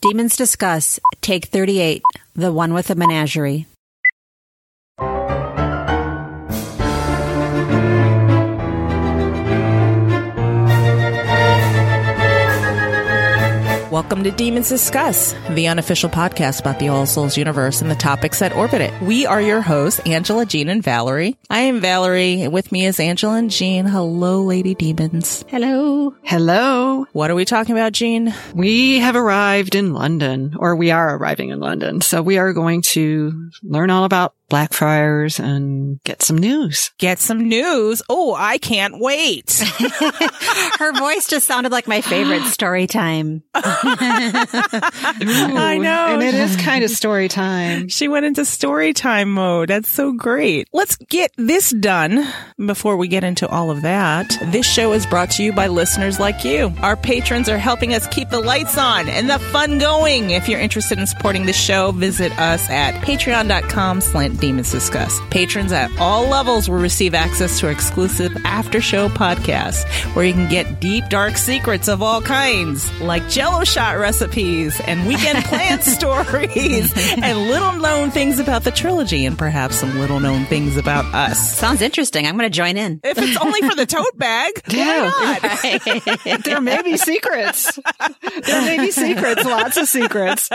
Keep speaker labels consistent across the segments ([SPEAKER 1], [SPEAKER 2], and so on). [SPEAKER 1] Demons Discuss, Take 38, the one with the menagerie.
[SPEAKER 2] Welcome to Demons Discuss, the unofficial podcast about the All Souls universe and the topics that orbit it. We are your hosts, Angela, Jean, and Valerie. I am Valerie. and With me is Angela and Jean. Hello, Lady Demons.
[SPEAKER 3] Hello.
[SPEAKER 4] Hello.
[SPEAKER 2] What are we talking about, Jean?
[SPEAKER 4] We have arrived in London, or we are arriving in London. So we are going to learn all about Blackfriars and get some news.
[SPEAKER 2] Get some news. Oh, I can't wait.
[SPEAKER 1] Her voice just sounded like my favorite story time.
[SPEAKER 2] I know.
[SPEAKER 4] And it is kind of story time.
[SPEAKER 2] She went into story time mode. That's so great. Let's get this done before we get into all of that. This show is brought to you by listeners like you. Our patrons are helping us keep the lights on and the fun going. If you're interested in supporting the show, visit us at patreon.com slant demons discuss. Patrons at all levels will receive access to our exclusive after show podcast where you can get deep dark secrets of all kinds like jello shot recipes and weekend plant stories and little known things about the trilogy and perhaps some little known things about us.
[SPEAKER 1] Sounds interesting. I'm going to join in.
[SPEAKER 2] If it's only for the tote bag,
[SPEAKER 4] Yeah.
[SPEAKER 2] why not?
[SPEAKER 4] There may be secrets. There may be secrets, lots of secrets.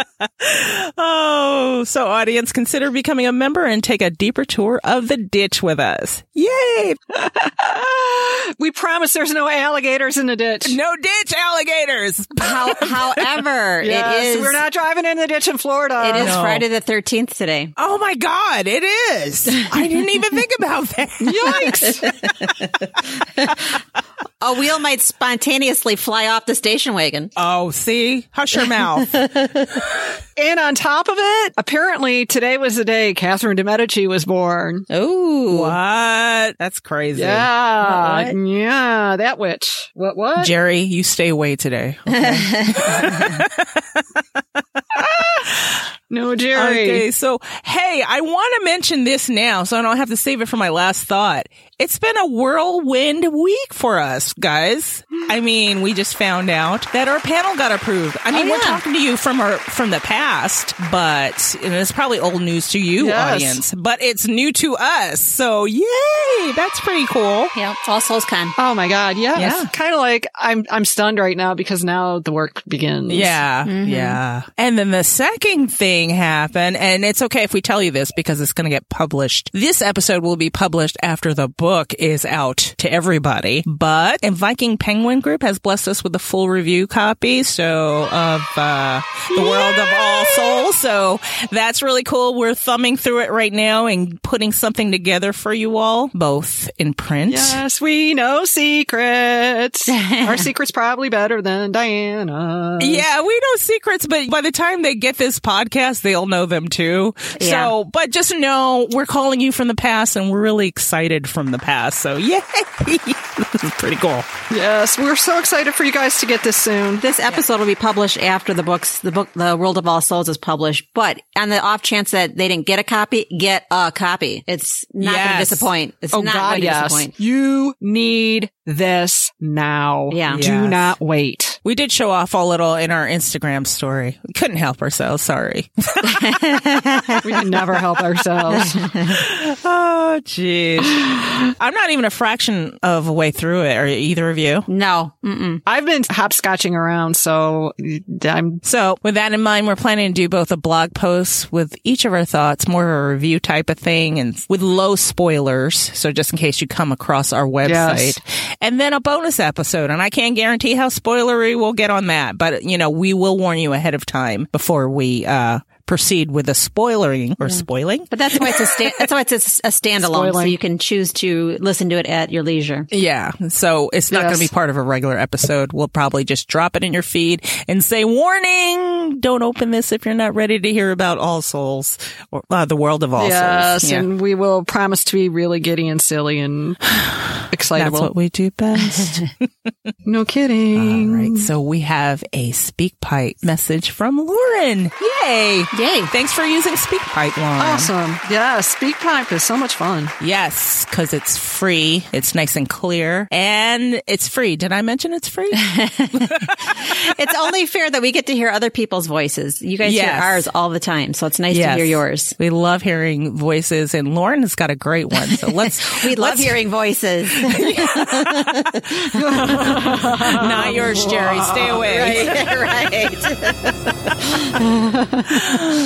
[SPEAKER 2] Oh, so audience, consider becoming a member and take a deeper tour of the ditch with us. Yay!
[SPEAKER 4] We promise there's no alligators in the ditch.
[SPEAKER 2] No ditch alligators.
[SPEAKER 1] How, however,
[SPEAKER 4] Yes,
[SPEAKER 1] it is,
[SPEAKER 4] We're not driving in the ditch in Florida.
[SPEAKER 1] it is
[SPEAKER 2] No.
[SPEAKER 1] Friday the 13th today.
[SPEAKER 2] Oh my God, it is. I didn't even think about that. Yikes.
[SPEAKER 1] A wheel might spontaneously fly off the station wagon.
[SPEAKER 2] Oh, see? Hush your mouth.
[SPEAKER 4] And on top of it, apparently today was the day Catherine de Medici was born.
[SPEAKER 1] Ooh.
[SPEAKER 2] What? That's crazy.
[SPEAKER 4] Yeah. Yeah. That witch. What, what?
[SPEAKER 2] Jerry, you stay away today.
[SPEAKER 4] no, Jerry.
[SPEAKER 2] Okay, so hey, I want to mention this now so I don't have to save it for my last thought. It's been a whirlwind week for us, guys. I mean, we just found out that our panel got approved. I mean,
[SPEAKER 1] Oh,
[SPEAKER 2] we're
[SPEAKER 1] yeah.
[SPEAKER 2] talking to you from our from the past, but and it's probably old news to you,
[SPEAKER 4] Yes.
[SPEAKER 2] audience, but it's new to us. So, yay! That's pretty cool.
[SPEAKER 1] Yeah, it's all Souls Con.
[SPEAKER 4] Oh my God! Yes,
[SPEAKER 2] Yeah.
[SPEAKER 4] kind of like I'm. I'm stunned right now because now the work begins.
[SPEAKER 2] Yeah. Yeah. And then the second thing happened, and it's okay if we tell you this because it's going to get published. This episode will be published after the book is out to everybody. But and Viking Penguin Group has blessed us with a full review copy, so of uh, the world of all souls. So that's really cool. We're thumbing through it right now and putting something together for you all, both in print.
[SPEAKER 4] Yes, we know secrets. Our secret's probably better than Diana.
[SPEAKER 2] Yeah, we know secrets, but by the time they get this podcast, they'll know them too.
[SPEAKER 1] Yeah.
[SPEAKER 2] So, but just know we're calling you from the past and we're really excited from the past. So, yay! this is pretty cool.
[SPEAKER 4] Yes, we're so excited for you guys to get this soon.
[SPEAKER 1] This episode will be published after the books, the book, The World of All Souls is published. But on the off chance that they didn't get a copy, get a copy. It's not going to
[SPEAKER 2] Yes.
[SPEAKER 1] disappoint. It's
[SPEAKER 4] oh
[SPEAKER 1] not
[SPEAKER 4] God,
[SPEAKER 1] going to
[SPEAKER 4] yes,
[SPEAKER 1] disappoint.
[SPEAKER 4] you need this now.
[SPEAKER 1] Yeah.
[SPEAKER 4] do
[SPEAKER 2] Yes.
[SPEAKER 4] not wait.
[SPEAKER 2] We did show off a little in our Instagram story. We couldn't help ourselves. Sorry.
[SPEAKER 4] We can never help ourselves.
[SPEAKER 2] Oh, jeez. I'm not even a fraction of a way through it. Are either of you?
[SPEAKER 1] No. Mm-mm.
[SPEAKER 4] I've been hopscotching around, so I'm.
[SPEAKER 2] So, with that in mind, we're planning to do both a blog post with each of our thoughts, more of a review type of thing, and with low spoilers. So, just in case you come across our website, and then a bonus episode. And I can't guarantee how spoilery we'll get on that, but you know, we will warn you ahead of time before we uh, proceed with the spoilering or spoiling.
[SPEAKER 1] But that's why it's a sta- that's why it's a, s- a standalone, so
[SPEAKER 4] Spoiling.
[SPEAKER 1] you can choose to listen to it at your leisure.
[SPEAKER 2] Yeah. So it's not
[SPEAKER 4] Yes.
[SPEAKER 2] going to be part of a regular episode. We'll probably just drop it in your feed and say, warning, don't open this if you're not ready to hear about all souls or uh, the world of all
[SPEAKER 4] yes,
[SPEAKER 2] souls. Yeah.
[SPEAKER 4] and we will promise to be really giddy and silly and excitable.
[SPEAKER 2] That's what we do best.
[SPEAKER 4] no
[SPEAKER 2] All
[SPEAKER 4] kidding.
[SPEAKER 2] right. So we have a SpeakPipe message from Lauren. Yay.
[SPEAKER 1] Yay.
[SPEAKER 2] Thanks for using SpeakPipe, Lauren.
[SPEAKER 4] Awesome. Yeah, speak pipe is so much fun.
[SPEAKER 2] Yes, because it's free. It's nice and clear. And it's free. Did I mention it's free?
[SPEAKER 1] It's only fair that we get to hear other people's voices. You guys
[SPEAKER 2] Yes.
[SPEAKER 1] hear ours all the time, so it's nice
[SPEAKER 2] Yes.
[SPEAKER 1] to hear yours.
[SPEAKER 2] We love hearing voices, and Lauren has got a great one. So let's.
[SPEAKER 1] We love
[SPEAKER 2] let's-
[SPEAKER 1] hearing voices.
[SPEAKER 2] Not yours, Jerry. Stay away.
[SPEAKER 1] right.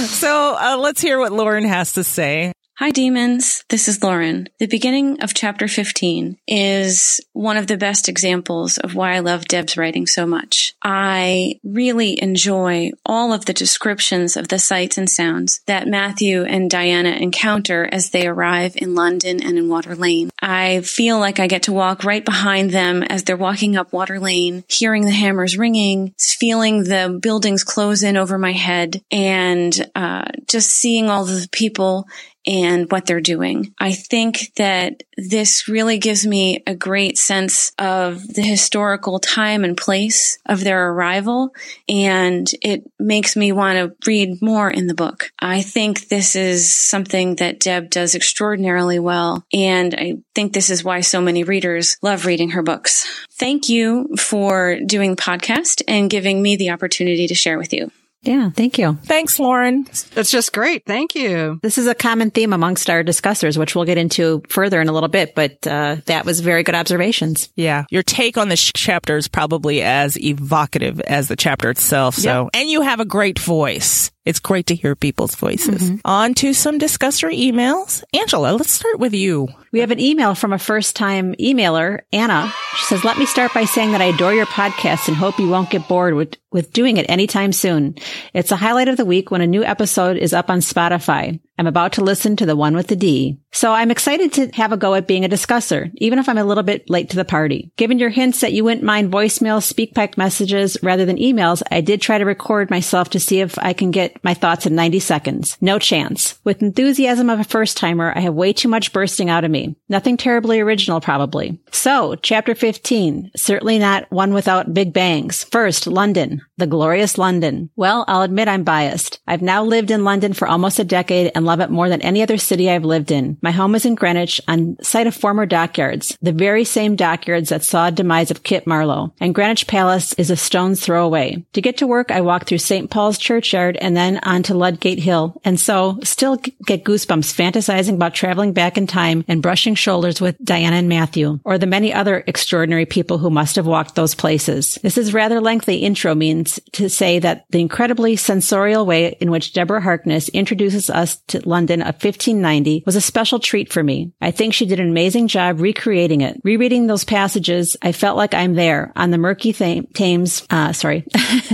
[SPEAKER 2] So uh, let's hear what Lauren has to say.
[SPEAKER 3] Hi, demons. This is Lauren. The beginning of chapter 15 is one of the best examples of why I love Deb's writing so much. I really enjoy all of the descriptions of the sights and sounds that Matthew and Diana encounter as they arrive in London and in Water Lane. I feel like I get to walk right behind them as they're walking up Water Lane, hearing the hammers ringing, feeling the buildings close in over my head, and uh, just seeing all the people and what they're doing. I think that this really gives me a great sense of the historical time and place of their arrival, and it makes me want to read more in the book. I think this is something that Deb does extraordinarily well, and I think this is why so many readers love reading her books. Thank you for doing the podcast and giving me the opportunity to share with you.
[SPEAKER 1] Yeah, thank you.
[SPEAKER 2] Thanks, Lauren.
[SPEAKER 4] That's just great. Thank you.
[SPEAKER 1] This is a common theme amongst our discussers, which we'll get into further in a little bit, but uh, that was very good observations.
[SPEAKER 2] Yeah. Your take on the sh- chapter is probably as evocative as the chapter itself. So, and you have a great voice. It's great to hear people's voices. On to some discusser emails. Angela, let's start with you.
[SPEAKER 1] We have an email from a first time emailer, Anna. She says, Let me start by saying that I adore your podcast and hope you won't get bored with, with doing it anytime soon. It's a highlight of the week when a new episode is up on Spotify. I'm about to listen to the one with the D. So I'm excited to have a go at being a discusser, even if I'm a little bit late to the party. Given your hints that you wouldn't mind voicemails, speakpipe messages rather than emails, I did try to record myself to see if I can get my thoughts in 90 seconds. No chance. With enthusiasm of a first timer, I have way too much bursting out of me. Nothing terribly original, probably. So, chapter 15. Certainly not one without big bangs. First, London. The glorious London. Well, I'll admit I'm biased. I've now lived in London for almost a decade and love it more than any other city I've lived in. My home is in Greenwich on site of former dockyards, the very same dockyards that saw demise of Kit Marlowe. And Greenwich Palace is a stone's throw away. To get to work, I walk through St. Paul's Churchyard and then onto Ludgate Hill. And so still g- get goosebumps fantasizing about traveling back in time and brushing shoulders with Diana and Matthew or the many other extraordinary people who must have walked those places. This is rather lengthy intro means to say that the incredibly sensorial way in which Deborah Harkness introduces us to London of 1590 was a special treat for me. I think she did an amazing job recreating it. Rereading those passages, I felt like I'm there on the murky th- Thames, uh, sorry,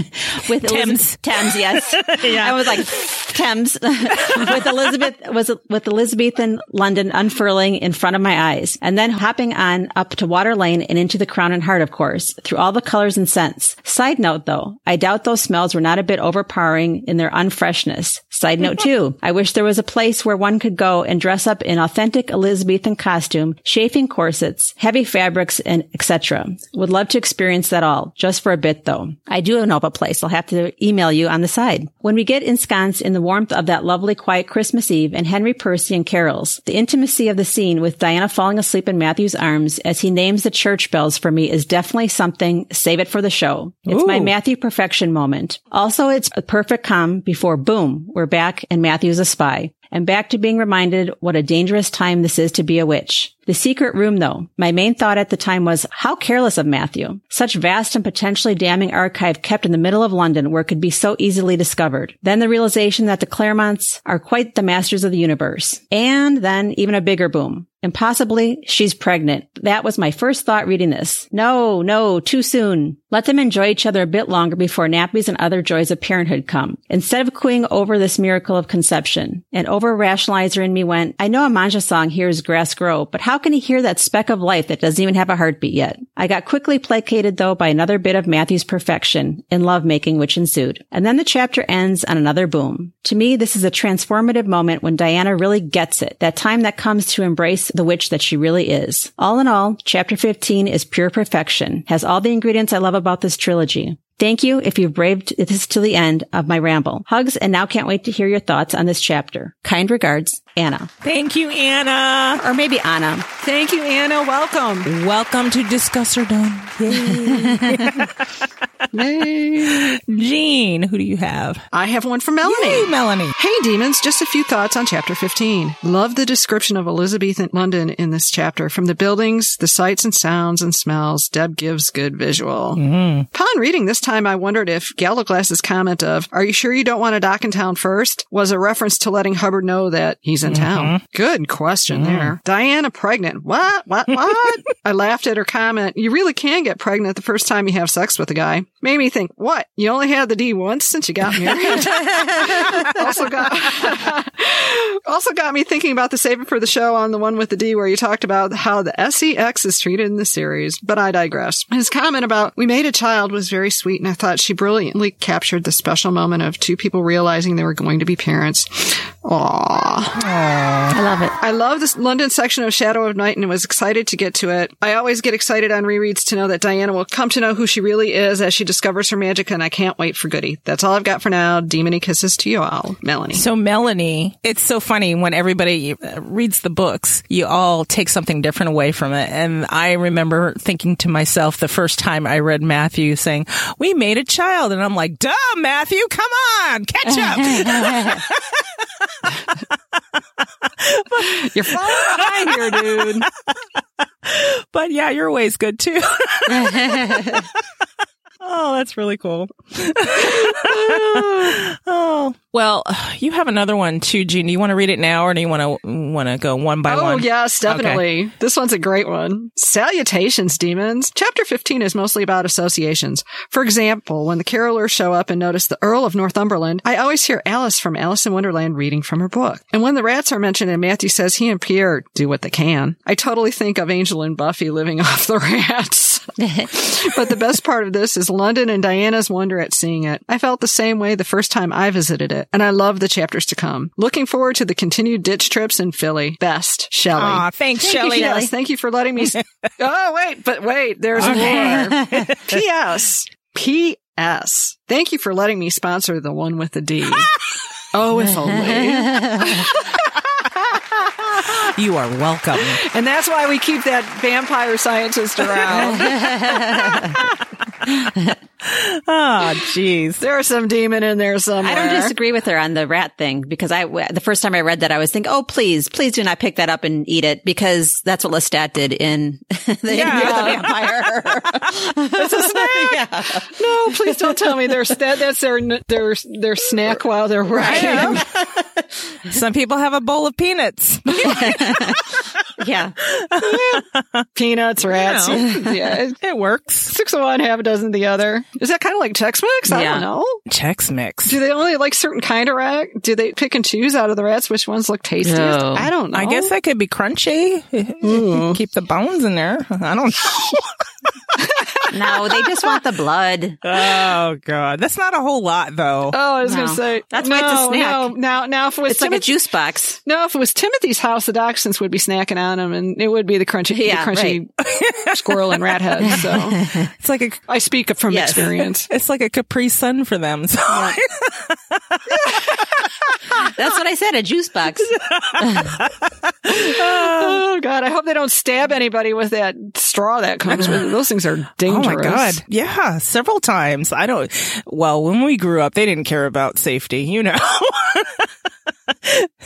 [SPEAKER 1] with
[SPEAKER 2] Thames.
[SPEAKER 1] Elizabeth, Thames, yes. I was like Thames with Elizabeth was with Elizabethan London unfurling in front of my eyes, and then hopping on up to Water Lane and into the Crown and Heart, of course, through all the colors and scents. Side note, though, I doubt those smells were not a bit overpowering in their unfreshness. Side note too, I wish there was a place where one could go and dress up in authentic Elizabethan costume, chafing corsets, heavy fabrics, and etc. Would love to experience that all, just for a bit though. I do know of a place. I'll have to email you on the side. When we get ensconced in the warmth of that lovely quiet Christmas Eve and Henry Percy and Carol's, the intimacy of the scene with Diana falling asleep in Matthew's arms as he names the church bells for me is definitely something. Save it for the show. It's my
[SPEAKER 2] Ooh.
[SPEAKER 1] Matthew perfection moment. Also, it's a perfect calm before boom, we're back and Matthew's a spy. And back to being reminded what a dangerous time this is to be a witch. The secret room, though. My main thought at the time was, how careless of Matthew. Such vast and potentially damning archive kept in the middle of London where it could be so easily discovered. Then the realization that the Claremonts are quite the masters of the universe. And then even a bigger boom. And possibly she's pregnant. That was my first thought reading this. No, no, too soon. Let them enjoy each other a bit longer before nappies and other joys of parenthood come. Instead of cooing over this miracle of conception, an over rationalizer in me went, I know a manja song hears grass grow, but how can he hear that speck of life that doesn't even have a heartbeat yet? I got quickly placated though by another bit of Matthew's perfection in love making which ensued. And then the chapter ends on another boom. To me, this is a transformative moment when Diana really gets it. That time that comes to embrace Deb's the witch that she really is. All in all, chapter 15 is pure perfection, has all the ingredients I love about this trilogy. Thank you if you've braved this to the end of my ramble. Hugs and now can't wait to hear your thoughts on this chapter. Kind regards, Anna.
[SPEAKER 2] Thank you, Anna.
[SPEAKER 1] Or maybe Anna.
[SPEAKER 4] Thank you, Anna. Welcome.
[SPEAKER 2] Welcome to Discusserdom. Yay.
[SPEAKER 4] Yay.
[SPEAKER 2] Jean, who do you have?
[SPEAKER 4] I have one for Melanie.
[SPEAKER 2] Hey, Melanie.
[SPEAKER 4] Hey, demons, just a few thoughts on chapter 15. Love the description of Elizabethan London in this chapter. From the buildings, the sights and sounds and smells, Deb gives good visual. Upon reading this time, I wondered if Galaglass's comment of, Are you sure you don't want to dock in town first? was a reference to letting Hubbard know that he's in town. Good question there. Diana pregnant. What? What? What? I laughed at her comment. You really can get pregnant the first time you have sex with a guy. Made me think, What? You only had the D once since you got married? also got also got me thinking about the saving for the show on the one with the D where you talked about how the SEX is treated in the series, but I digress. His comment about we made a child was very sweet and I thought she brilliantly captured the special moment of two people realizing they were going to be parents. Aww.
[SPEAKER 1] I love it.
[SPEAKER 4] I love this London section of Shadow of Night and was excited to get to it. I always get excited on rereads to know that Diana will come to know who she really is as she discovers her magic and I can't wait for Goody. That's all I've got for now. Demony kisses to you all. Melanie.
[SPEAKER 2] So, Melanie, it's so funny when everybody uh, reads the books, you all take something different away from it. And I remember thinking to myself the first time I read Matthew saying, We made a child. And I'm like, Duh, Matthew, come on, catch up.
[SPEAKER 4] You're far behind here, dude.
[SPEAKER 2] but yeah, your way's good too. Oh, that's really cool. oh, well, you have another one too, Gene. Do you want to read it now, or do you want to want to go one by
[SPEAKER 4] Oh
[SPEAKER 2] one?
[SPEAKER 4] yes, definitely. This one's a great one. Salutations, demons. Chapter 15 is mostly about associations. For example, when the carolers show up and notice the Earl of Northumberland, I always hear Alice from Alice in Wonderland reading from her book. And when the rats are mentioned and Matthew says he and Pierre do what they can, I totally think of Angel and Buffy living off the rats. but the best part of this is London and Diana's wonder at seeing it. I felt the same way the first time I visited it, and I love the chapters to come. Looking forward to the continued ditch trips in Philly. Best, Shelley.
[SPEAKER 2] Aw, thanks,
[SPEAKER 4] Thank
[SPEAKER 2] Shelley.
[SPEAKER 4] you, Yes, thank you for letting me. s- oh, wait, but wait, there's more. P.S. P.S. Thank you for letting me sponsor the one with the D. oh, if only.
[SPEAKER 2] You are welcome.
[SPEAKER 4] And that's why we keep that vampire scientist around.
[SPEAKER 2] Oh, jeez.
[SPEAKER 4] There's some demon in there somewhere.
[SPEAKER 1] I don't disagree with her on the rat thing because I, the first time I read that, I was thinking, oh, please, please do not pick that up and eat it because that's what Lestat did in the Interview with the Vampire.
[SPEAKER 4] It's a snack. No, please don't tell me there's that. That's their n- their their snack while they're working.
[SPEAKER 2] Some people have a bowl of peanuts.
[SPEAKER 1] yeah.
[SPEAKER 4] Peanuts, rats.
[SPEAKER 2] Yeah.
[SPEAKER 4] Yeah,
[SPEAKER 2] It works.
[SPEAKER 4] six of one, half a dozen of the other. Is that kind of like Tex Mex? I
[SPEAKER 1] Yeah.
[SPEAKER 4] don't know.
[SPEAKER 2] Chex Mix.
[SPEAKER 4] Do they only like certain kind of rat? Do they pick and choose out of the rats which ones look tastiest?
[SPEAKER 1] No.
[SPEAKER 4] I don't know.
[SPEAKER 2] I guess that could be crunchy. Keep the bones in there. I don't know.
[SPEAKER 1] No, they just want the blood.
[SPEAKER 2] Oh God, that's not a whole lot though.
[SPEAKER 4] Oh, I was
[SPEAKER 1] No.
[SPEAKER 4] gonna say
[SPEAKER 1] That's why it's a
[SPEAKER 4] no,
[SPEAKER 1] snack.
[SPEAKER 4] No, now, now if it was
[SPEAKER 1] It's like a
[SPEAKER 4] Timoth-
[SPEAKER 1] juice box.
[SPEAKER 4] no, if it was Timothy's house, the dachshunds would be snacking on them, and it would be the crunchy,
[SPEAKER 1] Yeah,
[SPEAKER 4] the crunchy squirrel and rat head. So
[SPEAKER 2] It's like a
[SPEAKER 4] I speak from
[SPEAKER 1] Yes.
[SPEAKER 4] experience.
[SPEAKER 2] it's like a Capri Sun for them. So
[SPEAKER 1] That's what I said, a juice box.
[SPEAKER 2] Um,
[SPEAKER 4] Oh God! I hope they don't stab anybody with that straw that comes with it. Those things are
[SPEAKER 2] Oh
[SPEAKER 4] dangerous.
[SPEAKER 2] my god! Yeah, several times. I don't. Well, when we grew up, they didn't care about safety, you know.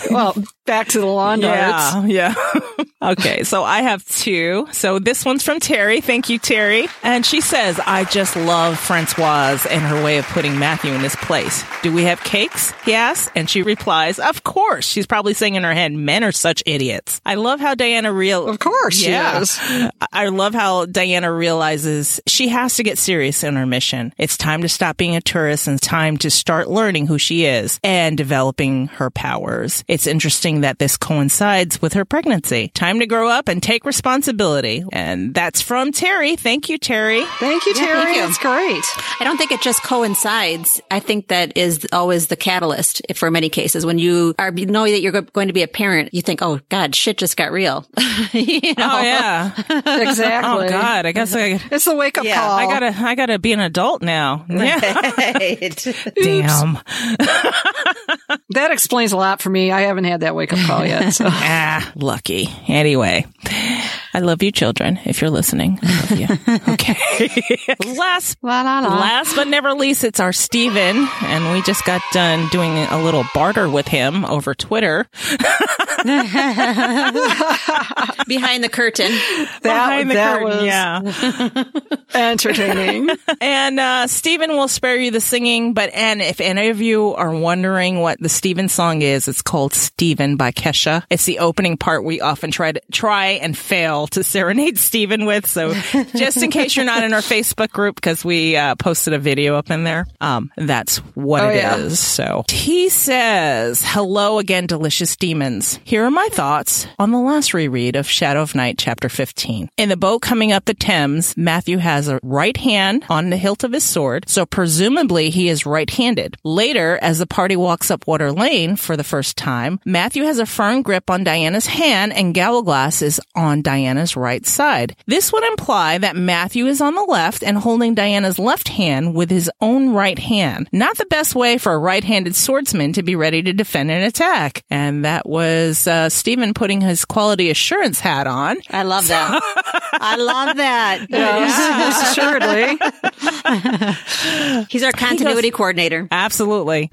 [SPEAKER 4] Well, back to the lawn darts.
[SPEAKER 2] yeah, yeah. okay, so I have two. So this one's from Terry. Thank you, Terry. And she says, "I just love Francoise and her way of putting Matthew in his place." Do we have cakes? He asks, and she replies, "Of course." She's probably saying in her head, "Men are such idiots." I love how Diana real.
[SPEAKER 4] Of course,
[SPEAKER 2] Yeah.
[SPEAKER 4] yes.
[SPEAKER 2] I- I love how Diana realizes she has to get serious in her mission. It's time to stop being a tourist and time to start learning who she is and developing her powers. It's interesting that this coincides with her pregnancy. Time Time to grow up and take responsibility. And that's from Terry. Thank you, Terry.
[SPEAKER 4] Thank you, Terry.
[SPEAKER 1] thank you.
[SPEAKER 4] It's great.
[SPEAKER 1] I don't think it just coincides. I think that is always the catalyst for many cases. When you are you know that you're go- going to be a parent, you think, "Oh God, shit just got real." you know?
[SPEAKER 2] Oh yeah.
[SPEAKER 4] Exactly.
[SPEAKER 2] Oh God. I guess I,
[SPEAKER 4] It's the wake up
[SPEAKER 5] Yeah,
[SPEAKER 4] call.
[SPEAKER 2] I gotta I gotta be an adult now. Yeah.
[SPEAKER 5] Right.
[SPEAKER 2] Damn.
[SPEAKER 4] that explains a lot for me. I haven't had that wake up call yet. So.
[SPEAKER 2] Ah, lucky. Anyway, I love you, children. If you're listening, I love you. Okay. last, last but never least, it's our Steven. And we just got done doing a little barter with him over Twitter.
[SPEAKER 1] Behind the curtain.
[SPEAKER 4] that
[SPEAKER 2] Behind the
[SPEAKER 4] that
[SPEAKER 2] curtain,
[SPEAKER 4] was
[SPEAKER 2] yeah.
[SPEAKER 4] entertaining. Um,
[SPEAKER 2] And uh, Steven will spare you the singing, but and if any of you are wondering what the Steven song is, it's called Steven by Kesha. It's the opening part we often try to try and fail to serenade Steven with. So just in case you're not in our Facebook group, because we uh, posted a video up in there, um, that's what it is.
[SPEAKER 4] yeah.
[SPEAKER 2] So he says, Hello again, delicious demons. Here are my thoughts on the last reread of Shadow of Night, chapter 15. In the boat coming up the Thames, Matthew has a right hand on the hilt of his sword, so presumably he is right handed. Later, as the party walks up Water Lane for the first time, Matthew has a firm grip on Diana's hand and Galaglass is on Diana's right side. This would imply that Matthew is on the left and holding Diana's left hand with his own right hand. Not the best way for a right-handed swordsman to be ready to defend an attack. And that was uh, Stephen putting his quality assurance hat on.
[SPEAKER 1] I love that. I love that.
[SPEAKER 4] Yes, assuredly.
[SPEAKER 1] He's our continuity coordinator.
[SPEAKER 2] Absolutely.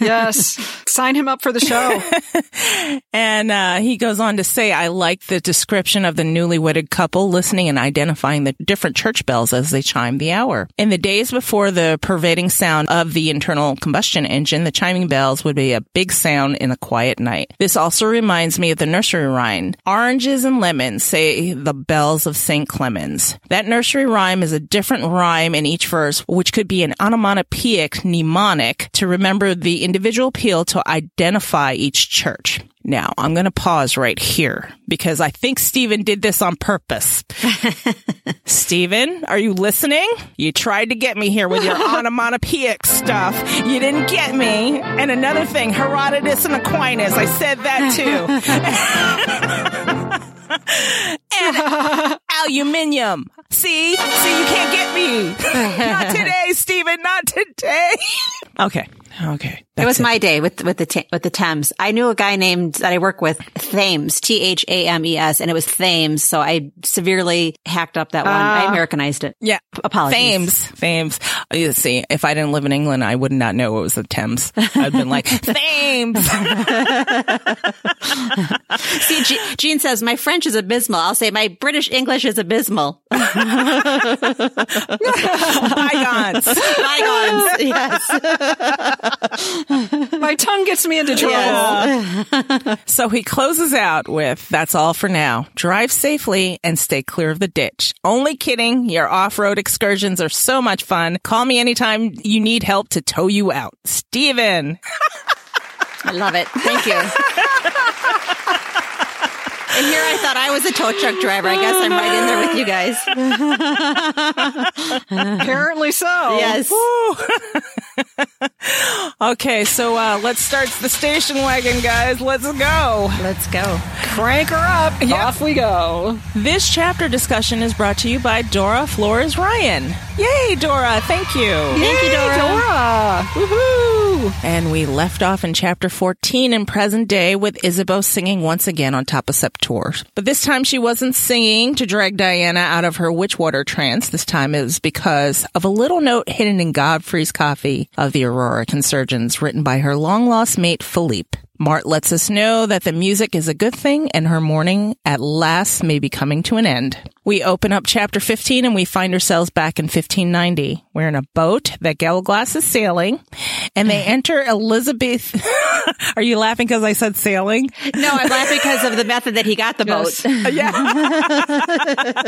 [SPEAKER 4] Yes. Sign him up for the show.
[SPEAKER 2] And uh, he goes on to say, I like the description of the newlywed couple listening and identifying the different church bells as they chime the hour. In the days before the pervading sound of the internal combustion engine, the chiming bells would be a big sound in a quiet night. This also reminds me of the nursery rhyme Oranges and lemons, say the bells of St. Clemens. That nursery rhyme is a different rhyme in each verse, which could be an onomatopoeic mnemonic to remember the individual appeal to identify each church. Now, I'm going to pause right here because I think Stephen did this on purpose. Stephen, are you listening? You tried to get me here with your onomatopoeic stuff. You didn't get me. And another thing, Herodotus and Aquinas. I said that too. and aluminium. See? See, you can't get me. not today, Stephen. Not today. okay. Okay.
[SPEAKER 1] It was my day with with the ta- with the Thames. I knew a guy named that I work with Thames, T H A M E S, and it was Thames. So I severely hacked up that one. I Americanized it.
[SPEAKER 2] Yeah.
[SPEAKER 1] Apologies.
[SPEAKER 2] Thames. Thames. Oh, you see, if I didn't live in England, I would not know it was the Thames. I'd been like, Thames.
[SPEAKER 1] See, Je- Jean says my French is abysmal. I'll say my British English is abysmal.
[SPEAKER 2] Bygones.
[SPEAKER 1] Bygones. yes.
[SPEAKER 4] My tongue gets me into trouble.
[SPEAKER 2] So he closes out with, that's all for now. Drive safely and stay clear of the ditch. Only kidding. Your off-road excursions are so much fun. Call me anytime you need help to tow you out. Steven.
[SPEAKER 1] I love it. Thank you. And here I thought I was a tow truck driver. I guess I'm right in there with you guys.
[SPEAKER 4] Apparently so.
[SPEAKER 1] Yes.
[SPEAKER 2] Okay. So, uh, let's start the station wagon, guys. Let's go.
[SPEAKER 1] Let's go.
[SPEAKER 4] Crank her up. Off we go.
[SPEAKER 2] This chapter discussion is brought to you by Dora Flores Ryan. Yay, Dora! Thank you.
[SPEAKER 1] Thank you, Dora.
[SPEAKER 4] Dora.
[SPEAKER 2] Woohoo! And we left off in chapter 14 in present day with Isabeau singing once again on top of Septor. But this time she wasn't singing to drag Diana out of her witchwater trance. This time it was because of a little note hidden in Godfrey's copy of the Aurora Consurgence written by her long lost mate Philippe. Mart lets us know that the music is a good thing and her mourning at last may be coming to an end. We open up chapter 15 and we find ourselves back in 1590. We're in a boat that Galglass is sailing and they enter Elizabeth. Are you laughing because I said sailing?
[SPEAKER 1] No, I'm laughing because of the method that he got the boat.
[SPEAKER 2] Yeah.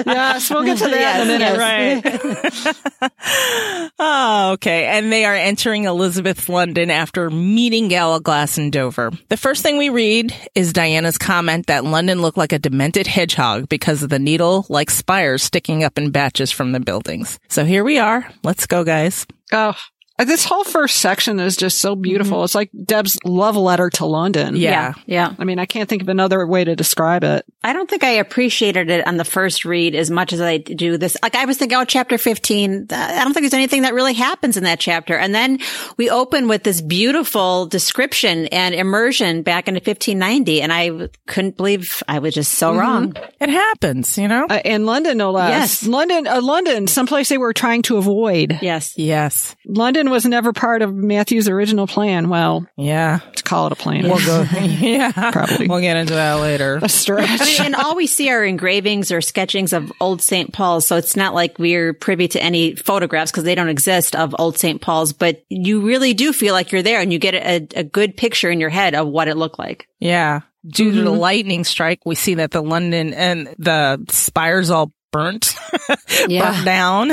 [SPEAKER 4] Yes, we'll get to that in a minute.
[SPEAKER 1] Yes.
[SPEAKER 2] right. oh, okay. And they are entering Elizabeth's London after meeting Galaglass in Dover. The first thing we read is Diana's comment that London looked like a demented hedgehog because of the needle like spires sticking up in batches from the buildings. So here we are. Let's go, guys.
[SPEAKER 4] Oh, this whole first section is just so beautiful. It's like Deb's love letter to London.
[SPEAKER 1] Mm-hmm. yeah. Yeah.
[SPEAKER 4] I mean, I can't think of another way to describe it.
[SPEAKER 1] I don't think I appreciated it on the first read as much as I do this. Like I was thinking, oh, chapter 15. th- I don't think there's anything that really happens in that chapter. And then we open with this beautiful description and immersion back into 1590. And I w- couldn't believe I was just so wrong.
[SPEAKER 2] It happens, you know?
[SPEAKER 4] Uh, in London, no less.
[SPEAKER 1] Yes.
[SPEAKER 4] London, uh, London, someplace they were trying to avoid.
[SPEAKER 1] Yes.
[SPEAKER 2] yes.
[SPEAKER 4] London was never part of Matthew's original plan. Well,
[SPEAKER 2] Yeah.
[SPEAKER 4] to call it a plan,
[SPEAKER 2] We'll go. yeah.
[SPEAKER 4] Probably.
[SPEAKER 2] We'll get into that later.
[SPEAKER 4] a stretch.
[SPEAKER 1] I mean, and all we see are engravings or sketchings of old St. Paul's. So it's not like we're privy to any photographs because they don't exist of old St. Paul's, but you really do feel like you're there and you get a, a good picture in your head of what it looked like.
[SPEAKER 2] Yeah. Due to the lightning strike, we see that the London and the spires all burnt, burnt down.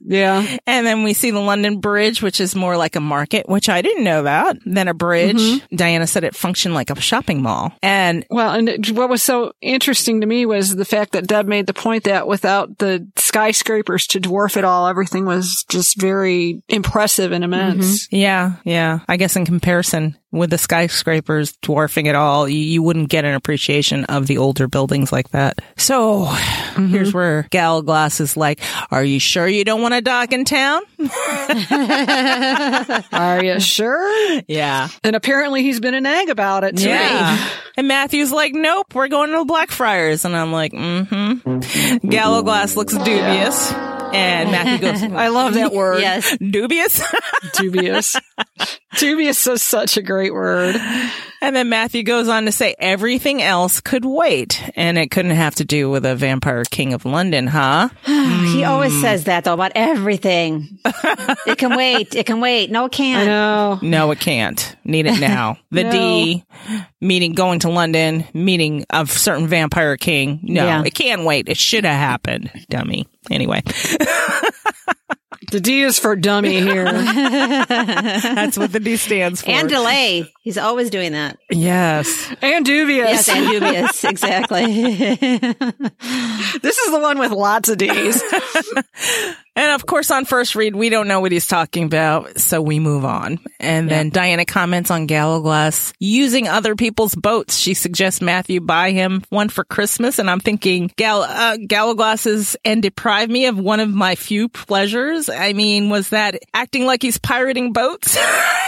[SPEAKER 4] yeah.
[SPEAKER 2] and then we see the London Bridge, which is more like a market, which I didn't know that, than a bridge. Diana said it functioned like a shopping mall. And
[SPEAKER 4] Well, and it- what was so interesting to me was the fact that Deb made the point that without the skyscrapers to dwarf it all, everything was just very impressive and immense.
[SPEAKER 2] yeah, yeah. I guess in comparison with the skyscrapers dwarfing it all, you, you wouldn't get an appreciation of the older buildings like that. So here's where Gal Glass is like, Are you sure you don't want to dock in town?
[SPEAKER 1] Mm-hmm.
[SPEAKER 4] Are you sure?
[SPEAKER 2] Yeah.
[SPEAKER 4] And apparently he's been an egg about it too.
[SPEAKER 2] Yeah. And Matthew's like, nope, we're going to Blackfriars. And I'm like, mm hmm. Gallow Glass looks dubious. And Matthew goes, I love that word.
[SPEAKER 1] Yes.
[SPEAKER 2] Dubious.
[SPEAKER 4] Dubious. Dubious is such a great word.
[SPEAKER 2] and then Matthew goes on to say, everything else could wait. And it couldn't have to do with a vampire king of London, huh?
[SPEAKER 1] Oh, He always says that though about everything. it can wait. It can wait. No, it
[SPEAKER 4] I
[SPEAKER 1] can't.
[SPEAKER 4] know.
[SPEAKER 2] No, it can't. Need it now. The D, meaning going to London, meaning of certain vampire king. No,
[SPEAKER 1] Yeah.
[SPEAKER 2] it can wait. It should have happened, dummy. Anyway.
[SPEAKER 4] The D is for dummy here.
[SPEAKER 2] That's what the D stands for.
[SPEAKER 1] And delay. He's always doing that.
[SPEAKER 2] yes.
[SPEAKER 4] and
[SPEAKER 1] Yes,
[SPEAKER 4] dubious.
[SPEAKER 1] and dubious. Exactly.
[SPEAKER 4] This is the one with lots of D's.
[SPEAKER 2] And of course, on first read, we don't know what he's talking about, so we move on. And then Diana comments on Gallaglass using other people's boats. She suggests Matthew buy him one for Christmas, and I'm thinking Gal uh, Gallaglass's and deprive me of one of my few pleasures. I mean, was that acting like he's pirating boats?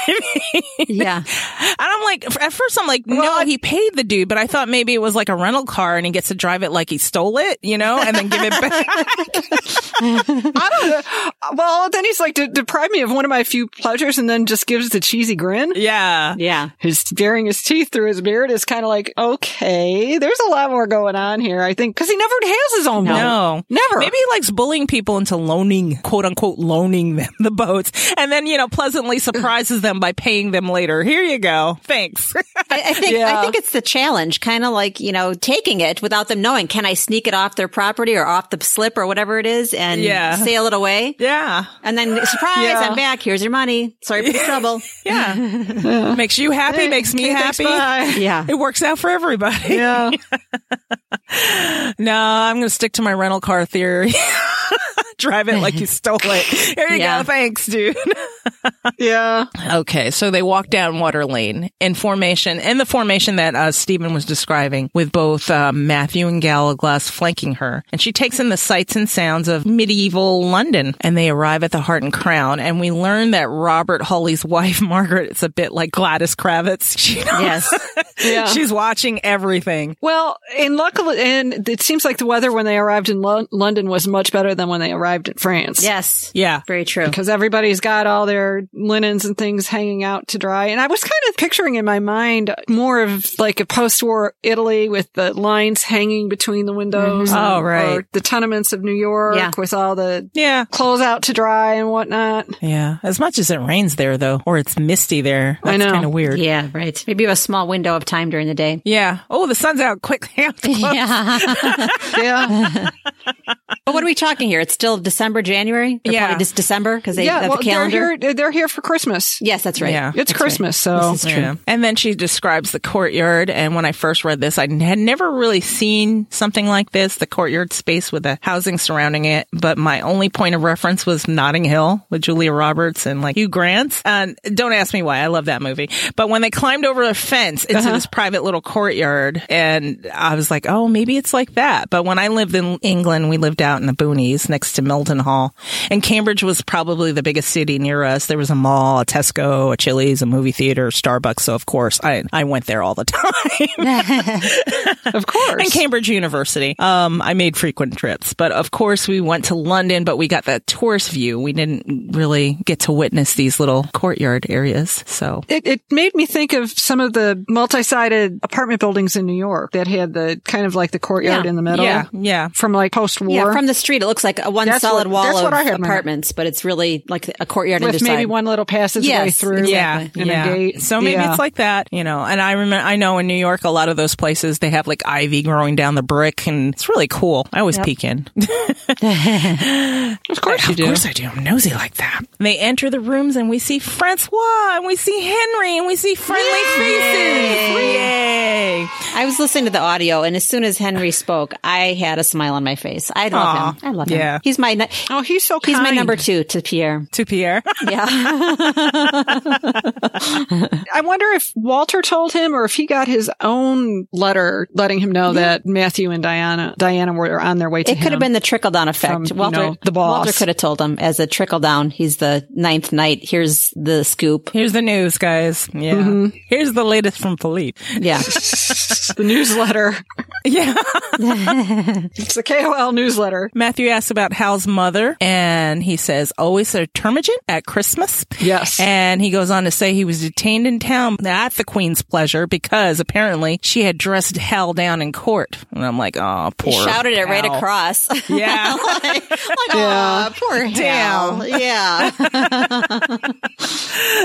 [SPEAKER 2] I mean,
[SPEAKER 1] yeah.
[SPEAKER 2] and I'm like, at first I'm like, no, he paid the dude, but I thought maybe it was like a rental car and he gets to drive it like he stole it, you know, and then give it back.
[SPEAKER 4] I don't know. Well, then he's like, "De- deprive me of one of my few pleasures and then just gives the cheesy grin.
[SPEAKER 2] yeah.
[SPEAKER 1] Yeah.
[SPEAKER 4] His staring his teeth through his beard is kind of like, okay, there's a lot more going on here, I think. Cause he never has his own boat.
[SPEAKER 2] No,
[SPEAKER 4] Never.
[SPEAKER 2] Maybe he likes bullying people into loaning, quote unquote, loaning them the boats, and then you know pleasantly surprises them by paying them later. Here you go, thanks.
[SPEAKER 1] I, I think
[SPEAKER 4] Yeah.
[SPEAKER 1] I think it's the challenge, kind of like you know taking it without them knowing. Can I sneak it off their property or off the slip or whatever it is and
[SPEAKER 2] Yeah.
[SPEAKER 1] sail it away?
[SPEAKER 2] yeah,
[SPEAKER 1] And then surprise,
[SPEAKER 4] Yeah.
[SPEAKER 1] I'm back. Here's your money. Sorry for the trouble.
[SPEAKER 2] yeah. makes you happy, makes me happy.
[SPEAKER 1] Yeah.
[SPEAKER 2] It works out for everybody.
[SPEAKER 4] Yeah.
[SPEAKER 2] No, I'm going to stick to my rental car theory. Drive it like you stole it. Here you
[SPEAKER 1] Yeah.
[SPEAKER 2] go. Thanks, dude.
[SPEAKER 4] Yeah.
[SPEAKER 2] Okay, so they walk down Water Lane in formation, in the formation that uh, Stephen was describing, with both uh, Matthew and Galaglass flanking her, and she takes in the sights and sounds of medieval London. And they arrive at the Heart and Crown, and we learn that Robert Hawley's wife Margaret is a bit like Gladys Kravitz. She knows
[SPEAKER 1] Yes.
[SPEAKER 4] Yeah.
[SPEAKER 2] She's watching everything.
[SPEAKER 4] Well, and luckily, and it seems like the weather when they arrived in Lo- London was much better than when they arrived in France.
[SPEAKER 1] Yes.
[SPEAKER 2] Yeah.
[SPEAKER 1] Very true.
[SPEAKER 4] Because everybody's got all their linens and things hanging out to dry. And I was kind of picturing in my mind more of like a post war Italy with the lines hanging between the windows.
[SPEAKER 2] Mhm. Oh,
[SPEAKER 4] and-
[SPEAKER 2] right.
[SPEAKER 4] Or the tenements of New York
[SPEAKER 1] Mm-hmm. Yeah.
[SPEAKER 4] with all the
[SPEAKER 2] Yeah.
[SPEAKER 4] clothes out to dry and whatnot.
[SPEAKER 2] Yeah. As much as it rains there though, or it's misty there. That's
[SPEAKER 4] I know.
[SPEAKER 2] kind of weird.
[SPEAKER 1] Yeah, right. Maybe you have a small window of time during the day.
[SPEAKER 2] Yeah. Oh, the sun's out quick. I have to close.
[SPEAKER 1] Yeah.
[SPEAKER 4] Yeah.
[SPEAKER 1] but what are we talking here? It's still December, January? Or
[SPEAKER 2] Yeah.
[SPEAKER 1] Probably just December because they
[SPEAKER 4] yeah.
[SPEAKER 1] have
[SPEAKER 4] Well,
[SPEAKER 1] the
[SPEAKER 4] they're
[SPEAKER 1] calendar.
[SPEAKER 4] here, they're here for Christmas.
[SPEAKER 1] Yes, that's right.
[SPEAKER 2] Yeah.
[SPEAKER 4] It's Christmas. So
[SPEAKER 1] This is true.
[SPEAKER 2] Yeah. And then she describes the courtyard. And when I first read this, I had never really seen something like this the courtyard space with the housing surrounding it. But my only point of reference was Notting Hill with Julia Roberts and like Hugh Grant. And don't ask me why. I love that movie. But when they climbed over a fence into this private little courtyard, and I was like, oh, maybe it's like that. But when I lived in England, we lived out in the boonies next to Milton Hall. And Cambridge was probably the biggest city near us. There was a mall, a Tesco, a Chili's, a movie theater, Starbucks. So, of course, I, I went there all the time.
[SPEAKER 4] of course.
[SPEAKER 2] and Cambridge University. Um, I made frequent trips. But, of course, we went to London, but we got that tourist view. We didn't really get to witness these little courtyard areas. So,
[SPEAKER 4] It, it made me think of some of the multi-sided apartment buildings in New York that had the kind of like the courtyard
[SPEAKER 1] Yeah.
[SPEAKER 4] in the middle.
[SPEAKER 2] yeah, yeah.
[SPEAKER 4] From like post-war.
[SPEAKER 1] Yeah, from the street, it looks like a one
[SPEAKER 4] That's
[SPEAKER 1] solid
[SPEAKER 4] what-
[SPEAKER 1] wall
[SPEAKER 4] that's
[SPEAKER 1] of
[SPEAKER 4] what I had in my mind.
[SPEAKER 1] apartments, but it's really like a courtyard on
[SPEAKER 4] with
[SPEAKER 1] either
[SPEAKER 4] maybe
[SPEAKER 1] side.
[SPEAKER 4] one little passageway
[SPEAKER 1] Yes,
[SPEAKER 4] through.
[SPEAKER 1] exactly.
[SPEAKER 2] Yeah,
[SPEAKER 4] and a
[SPEAKER 2] yeah.
[SPEAKER 4] gate.
[SPEAKER 2] So maybe
[SPEAKER 4] Yeah.
[SPEAKER 2] it's like that, you know. And I remember, I know in New York, a lot of those places they have like ivy growing down the brick, and it's really cool. I always peek in.
[SPEAKER 4] Of course you
[SPEAKER 2] Of
[SPEAKER 4] do.
[SPEAKER 2] course I do. I'm nosy like that. They enter the rooms and we see Francois and we see Henry and we see friendly faces. Yay!
[SPEAKER 1] I was listening to the audio, and as soon as Henry spoke, I had a smile on my face. I love
[SPEAKER 2] Aw,
[SPEAKER 1] him. I love him.
[SPEAKER 2] yeah.
[SPEAKER 1] He's my nu-
[SPEAKER 4] Oh, he's so
[SPEAKER 1] he's my
[SPEAKER 4] kind.
[SPEAKER 1] number two to Pierre.
[SPEAKER 2] To Pierre.
[SPEAKER 1] Yeah,
[SPEAKER 4] I wonder if Walter told him or if he got his own letter letting him know that Matthew and Diana Diana were on their way to
[SPEAKER 1] it could have
[SPEAKER 4] him.
[SPEAKER 1] been the trickle down effect.
[SPEAKER 4] From, you
[SPEAKER 1] Walter,
[SPEAKER 4] know, the boss.
[SPEAKER 1] Walter could have told him as a trickle down. He's the ninth knight. Here's the scoop.
[SPEAKER 2] Here's the news, guys. Yeah.
[SPEAKER 4] Mm-hmm.
[SPEAKER 2] Here's the latest from Philippe.
[SPEAKER 1] Yeah,
[SPEAKER 4] the newsletter.
[SPEAKER 2] Yeah.
[SPEAKER 4] It's the KOL newsletter.
[SPEAKER 2] Matthew asks about Hal's mother, and he says, always a termagant at Christmas.
[SPEAKER 4] Yes.
[SPEAKER 2] And he goes on to say he was detained in town at the Queen's pleasure because apparently she had dressed Hal down in court. And I'm like, oh, poor.
[SPEAKER 1] he shouted it right
[SPEAKER 2] Hal."
[SPEAKER 1] across.
[SPEAKER 2] Yeah.
[SPEAKER 1] like, like
[SPEAKER 4] Yeah.
[SPEAKER 1] "Aw, poor
[SPEAKER 2] Damn.
[SPEAKER 1] Hal. Yeah,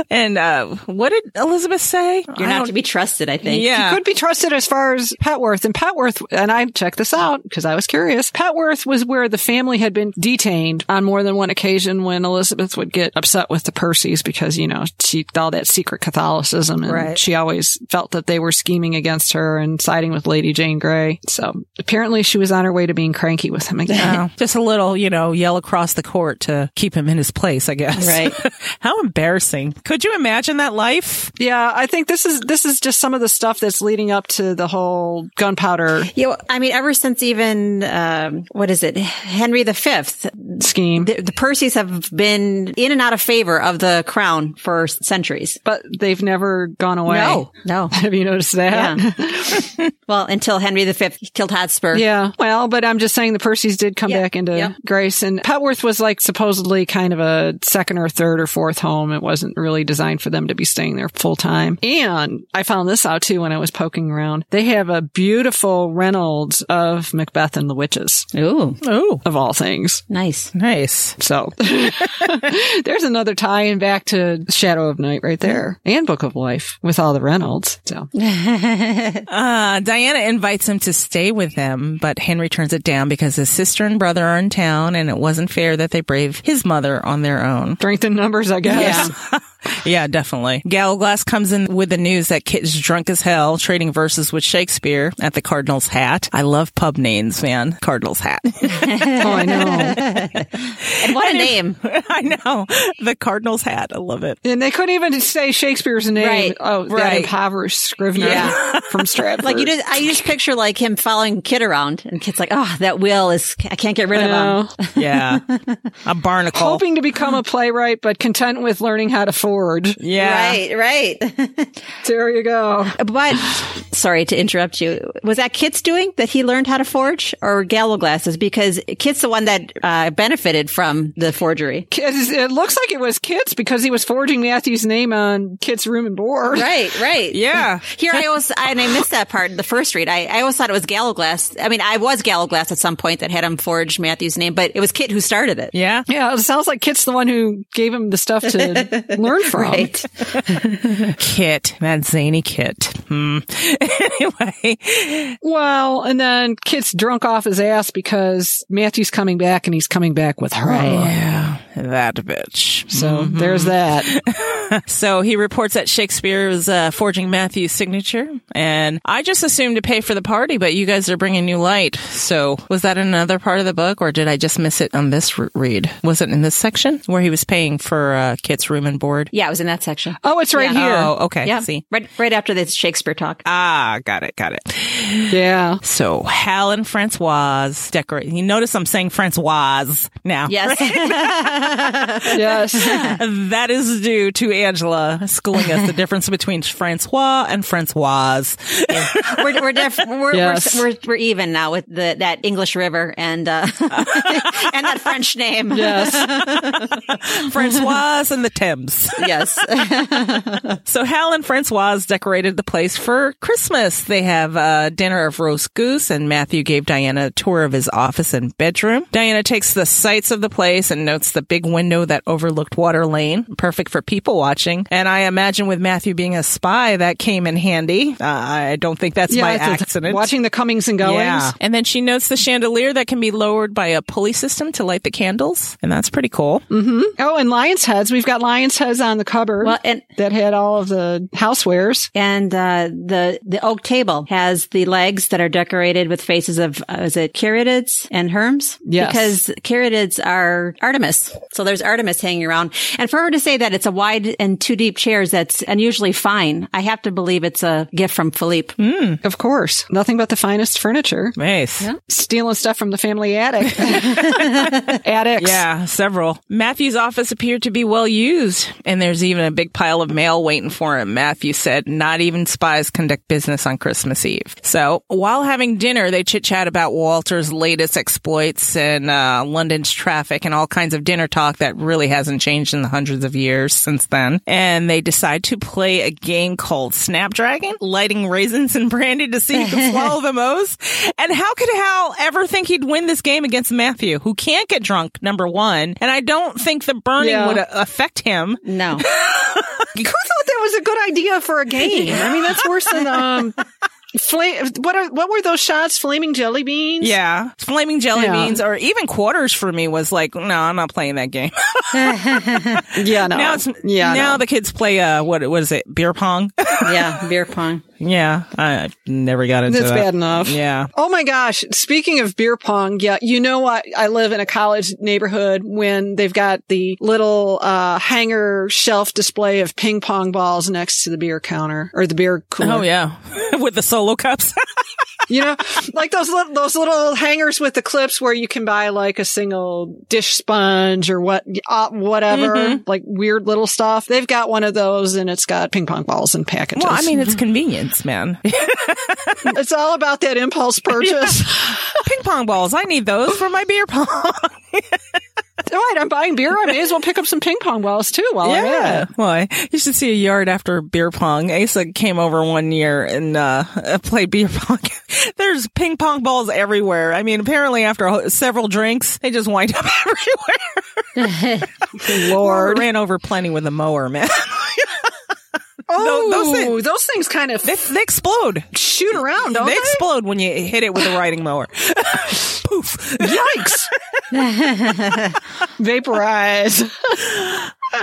[SPEAKER 2] and uh, what did Elizabeth say?
[SPEAKER 1] you're
[SPEAKER 2] I
[SPEAKER 1] not
[SPEAKER 2] don't-
[SPEAKER 1] to be trusted. I think.
[SPEAKER 2] Yeah.
[SPEAKER 4] could be trusted as far as Petworth. And Petworth, and I checked this out because I was curious. Petworth was where the family had been detained on more than one occasion when Elizabeth would get upset with the Percys because, you know, she, all that secret Catholicism. And
[SPEAKER 2] Right.
[SPEAKER 4] she always felt that they were scheming against her and siding with Lady Jane Grey. So apparently she was on her way to being cranky with him again.
[SPEAKER 2] Oh, just a little, you know, yell across the court to keep him in his place, I guess.
[SPEAKER 1] Right.
[SPEAKER 2] How embarrassing. Could you imagine that life?
[SPEAKER 4] yeah. I think this is, this is just some of the stuff that's leading up to the whole gunpowder
[SPEAKER 1] Yeah, well, I mean, ever since even um, what is it, Henry V, the,
[SPEAKER 4] scheme.
[SPEAKER 1] the Percys have been in and out of favor of the crown for centuries.
[SPEAKER 4] but they've never gone away.
[SPEAKER 1] No, no.
[SPEAKER 4] Have you noticed that?
[SPEAKER 1] Yeah. well, until Henry V killed Hotspur.
[SPEAKER 4] Yeah. Well, but I'm just saying the Percys did come
[SPEAKER 1] Yeah.
[SPEAKER 4] back into
[SPEAKER 1] Yeah.
[SPEAKER 4] grace and Petworth was like supposedly kind of a second or third or fourth home. It wasn't really designed for them to be staying there full time. And I found this out too when I was poking around. They have a beautiful Reynolds of Macbeth and the Witches
[SPEAKER 1] Ooh,
[SPEAKER 2] Oh,
[SPEAKER 4] of all things.
[SPEAKER 1] nice.
[SPEAKER 2] nice.
[SPEAKER 4] So there's another tie in back to Shadow of Night right there and Book of Life with all the Reynolds. So
[SPEAKER 2] Uh, Diana invites him to stay with them, but Henry turns it down because his sister and brother are in town and it wasn't fair that they brave his mother on their own.
[SPEAKER 4] strength in numbers, I guess.
[SPEAKER 2] Yeah, definitely. Gal Glass comes in with the news that Kit is drunk as hell, trading verses with Shakespeare at the Cardinal's Hat. I love pub names, man. Cardinal's Hat.
[SPEAKER 4] Oh, I know.
[SPEAKER 1] And what a name.
[SPEAKER 2] I know. The Cardinal's Hat. I love it.
[SPEAKER 4] And they couldn't even say Shakespeare's name.
[SPEAKER 1] Right.
[SPEAKER 4] Oh, that
[SPEAKER 2] Right.
[SPEAKER 4] impoverished Scrivener
[SPEAKER 1] Yeah.
[SPEAKER 4] from Stratford.
[SPEAKER 1] Like you just, I just picture like him following Kid around, and Kid's like, "Oh, that will is, I can't get rid
[SPEAKER 4] You
[SPEAKER 1] of him."
[SPEAKER 4] know,
[SPEAKER 2] Yeah. A barnacle.
[SPEAKER 4] hoping to become a playwright, but content with learning how to forge.
[SPEAKER 2] yeah.
[SPEAKER 1] Right, right.
[SPEAKER 4] There you go.
[SPEAKER 1] but sorry to interrupt you. Was that Kit's doing that he learned how to forge or Gallo glasses? Because Kit's the one that uh, benefited from the forgery.
[SPEAKER 4] Kids, it looks like it was Kit's because he was forging Matthew's name on Kit's room and board.
[SPEAKER 1] Right, right.
[SPEAKER 2] Yeah.
[SPEAKER 1] Here I always I, and I missed that part in the first read. I, I always thought it was Gallo Glass. I mean, I was Gallo Glass at some point that had him forge Matthew's name, but it was Kit who started it.
[SPEAKER 2] Yeah.
[SPEAKER 4] Yeah, it sounds like Kit's the one who gave him the stuff to learn from.
[SPEAKER 1] Right.
[SPEAKER 2] Kit. Mad zany Kit. Hmm. anyway.
[SPEAKER 4] Well, and then Kit's drunk off his ass because Matthew's coming back and he's coming back with her.
[SPEAKER 2] Yeah. That bitch.
[SPEAKER 4] So there's that.
[SPEAKER 2] So he reports that Shakespeare was uh, forging Matthew's signature, and I just assumed to pay for the party, but you guys are bringing new light. So was that in another part of the book, or did I just miss it on this re- read? Was it in this section where he was paying for uh, Kit's room and board?
[SPEAKER 1] Yeah, it was in that section.
[SPEAKER 4] Oh, it's right
[SPEAKER 2] Oh, okay.
[SPEAKER 1] Yeah.
[SPEAKER 2] See.
[SPEAKER 1] Right, right after this Shakespeare talk.
[SPEAKER 2] Ah, got it, got it.
[SPEAKER 1] Oh.
[SPEAKER 4] here. Yeah.
[SPEAKER 2] So Hal and Francoise decorate. You notice I'm saying Francoise now.
[SPEAKER 1] yes.
[SPEAKER 4] Yes.
[SPEAKER 2] That is due to Angela schooling us the difference between Francois and Francoise.
[SPEAKER 1] we're, we're, def- we're,
[SPEAKER 4] Yes.
[SPEAKER 1] we're, we're, we're even now with the, that English river and, uh, and that French name.
[SPEAKER 4] yes.
[SPEAKER 2] Francoise and the Thames.
[SPEAKER 1] Yes.
[SPEAKER 2] So Hal and Francoise decorated the place for Christmas. They have a dinner of roast goose and Matthew gave Diana a tour of his office and bedroom. Diana takes the sights of the place and notes the big window that overlooked Water Lane, perfect for people watching. And I imagine with Matthew being a spy, that came in handy. Uh, I don't think that's
[SPEAKER 4] Yeah,
[SPEAKER 2] my
[SPEAKER 4] it's- it's
[SPEAKER 2] accident.
[SPEAKER 4] Watching the comings and goings.
[SPEAKER 2] Yeah. And then she notes the chandelier that can be lowered by a pulley system to light the candles. And that's pretty cool.
[SPEAKER 4] Oh, and lion's heads. We've got lion's heads on the cupboard
[SPEAKER 1] Well, and-
[SPEAKER 4] that had all of the housewares.
[SPEAKER 1] And uh, the the oak table has the legs that are decorated with faces of uh, is it Caryatids and Herms?
[SPEAKER 4] Yes.
[SPEAKER 1] because Caryatids are Artemis. So there's Artemis hanging around. And for her to say that it's a wide and two deep chairs that's unusually fine, I have to believe it's a gift from Philippe.
[SPEAKER 2] Mm.
[SPEAKER 4] Of course. Nothing but the finest furniture.
[SPEAKER 2] Nice.
[SPEAKER 4] Stealing stuff from the family attic. Attics.
[SPEAKER 2] Yeah, several. Matthew's office appeared to be well used, and there's even a big pile of mail waiting for him. Matthew said, Not even spies conduct business on Christmas Eve. So while having dinner, they chit chat about Walter's latest exploits and uh, London's traffic and all kinds of dinner talk that really hasn't changed in the hundreds of years since then. And they decide to play a game called Snapdragon, lighting raisins and brandy to see who can swallow the most. And how could Hal ever think he'd win this game against Matthew, who can't get drunk, number one? And I don't think the burning
[SPEAKER 4] Yeah.
[SPEAKER 2] would a- affect him.
[SPEAKER 1] No,
[SPEAKER 4] Who thought that was a good idea for a game? I mean, that's worse than um, flame. What are what were those shots? Flaming jelly beans.
[SPEAKER 2] Yeah. Flaming jelly
[SPEAKER 4] Yeah.
[SPEAKER 2] beans or even quarters for me was like, no, I'm not playing that game.
[SPEAKER 4] yeah. No.
[SPEAKER 2] now it's,
[SPEAKER 4] yeah.
[SPEAKER 2] now
[SPEAKER 4] no.
[SPEAKER 2] the kids play, uh, what, what is it? Beer pong?
[SPEAKER 1] yeah, beer pong.
[SPEAKER 2] yeah. I I've never got into
[SPEAKER 4] That's
[SPEAKER 2] that.
[SPEAKER 4] bad enough.
[SPEAKER 2] Yeah.
[SPEAKER 4] Oh my gosh. Speaking of beer pong, yeah, you know what? I live in a college neighborhood when they've got the little uh hanger shelf display of ping pong balls next to the beer counter or the beer cooler.
[SPEAKER 2] Oh yeah, with the solo cups.
[SPEAKER 4] You know, like those little, those little hangers with the clips where you can buy like a single dish sponge or what, uh, whatever,
[SPEAKER 2] Mm-hmm.
[SPEAKER 4] like weird little stuff. They've got one of those and it's got ping pong balls and packages.
[SPEAKER 2] well, I mean, it's convenience, man.
[SPEAKER 4] it's all about that impulse purchase.
[SPEAKER 2] Ping pong balls. I need those for my beer pong.
[SPEAKER 4] All right, I'm buying beer. I may as well pick up some ping pong balls too while I'm at it.
[SPEAKER 2] Why? You should see a yard after beer pong. Asa came over one year and uh, played beer pong. There's ping pong balls everywhere. I mean, apparently after a- several drinks, they just wind up everywhere.
[SPEAKER 4] Lord.
[SPEAKER 2] Ran over plenty with a mower, man.
[SPEAKER 4] Oh,
[SPEAKER 2] Tho- those
[SPEAKER 4] those,
[SPEAKER 2] things-
[SPEAKER 4] things, kind of
[SPEAKER 2] They, they explode.
[SPEAKER 4] shoot around, don't
[SPEAKER 2] They
[SPEAKER 4] they?
[SPEAKER 2] explode when you hit it with a riding mower. Poof.
[SPEAKER 4] Yikes. Vaporize.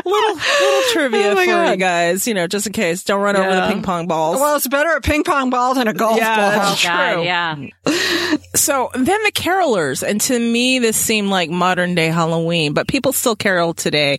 [SPEAKER 2] little little trivia
[SPEAKER 4] Oh my
[SPEAKER 2] for you
[SPEAKER 4] God.
[SPEAKER 2] guys, you know, just in case. Don't run over the
[SPEAKER 4] Yeah.
[SPEAKER 2] ping pong balls.
[SPEAKER 4] Well, it's better a ping pong ball than a golf
[SPEAKER 2] Yeah,
[SPEAKER 4] ball.
[SPEAKER 2] that's- True.
[SPEAKER 1] Oh, God, yeah.
[SPEAKER 2] So then the carolers, and to me this seemed like modern day Halloween, but people still carol today.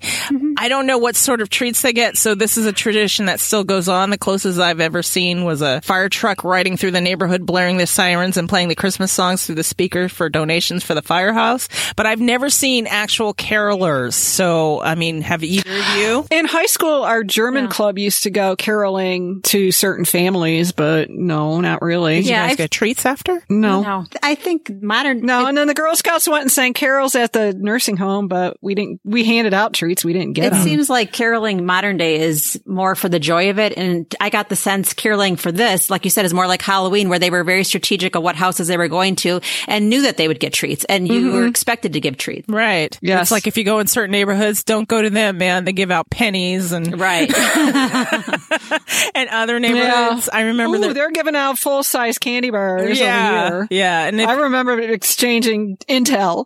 [SPEAKER 2] I don't know what sort of treats they get, so this is a tradition that still goes on. The closest I've ever seen was a fire truck riding through the neighborhood, blaring their sirens and playing the Christmas songs through the speaker for donations for the firehouse. But I've never seen actual carolers. So, I mean, have either of you?
[SPEAKER 4] In high school, our German club used to go caroling to certain families, but no, not
[SPEAKER 1] Yeah,
[SPEAKER 4] really.
[SPEAKER 2] you guys
[SPEAKER 1] I've-
[SPEAKER 2] get treats after?
[SPEAKER 4] No. no.
[SPEAKER 3] No.
[SPEAKER 1] I think modern.
[SPEAKER 4] and then the Girl Scouts went and sang carols at the nursing home, but we didn't. We handed out treats. We didn't get
[SPEAKER 1] It
[SPEAKER 4] them.
[SPEAKER 1] seems like caroling modern day is more for the joy of it. And I got the sense caroling for this, like you said, is more like Halloween where they were very strategic of what houses they were going to and knew that they would get treats and you were expected to give treats.
[SPEAKER 2] Right.
[SPEAKER 4] Yes.
[SPEAKER 2] It's like if you go in certain neighborhoods, don't go to them, man. They give out pennies and
[SPEAKER 1] Right.
[SPEAKER 2] and other neighborhoods. I remember
[SPEAKER 4] Ooh,
[SPEAKER 2] the
[SPEAKER 4] they're giving out full size candy bars over
[SPEAKER 2] yeah,
[SPEAKER 4] here.
[SPEAKER 2] yeah, and if,
[SPEAKER 4] I remember exchanging intel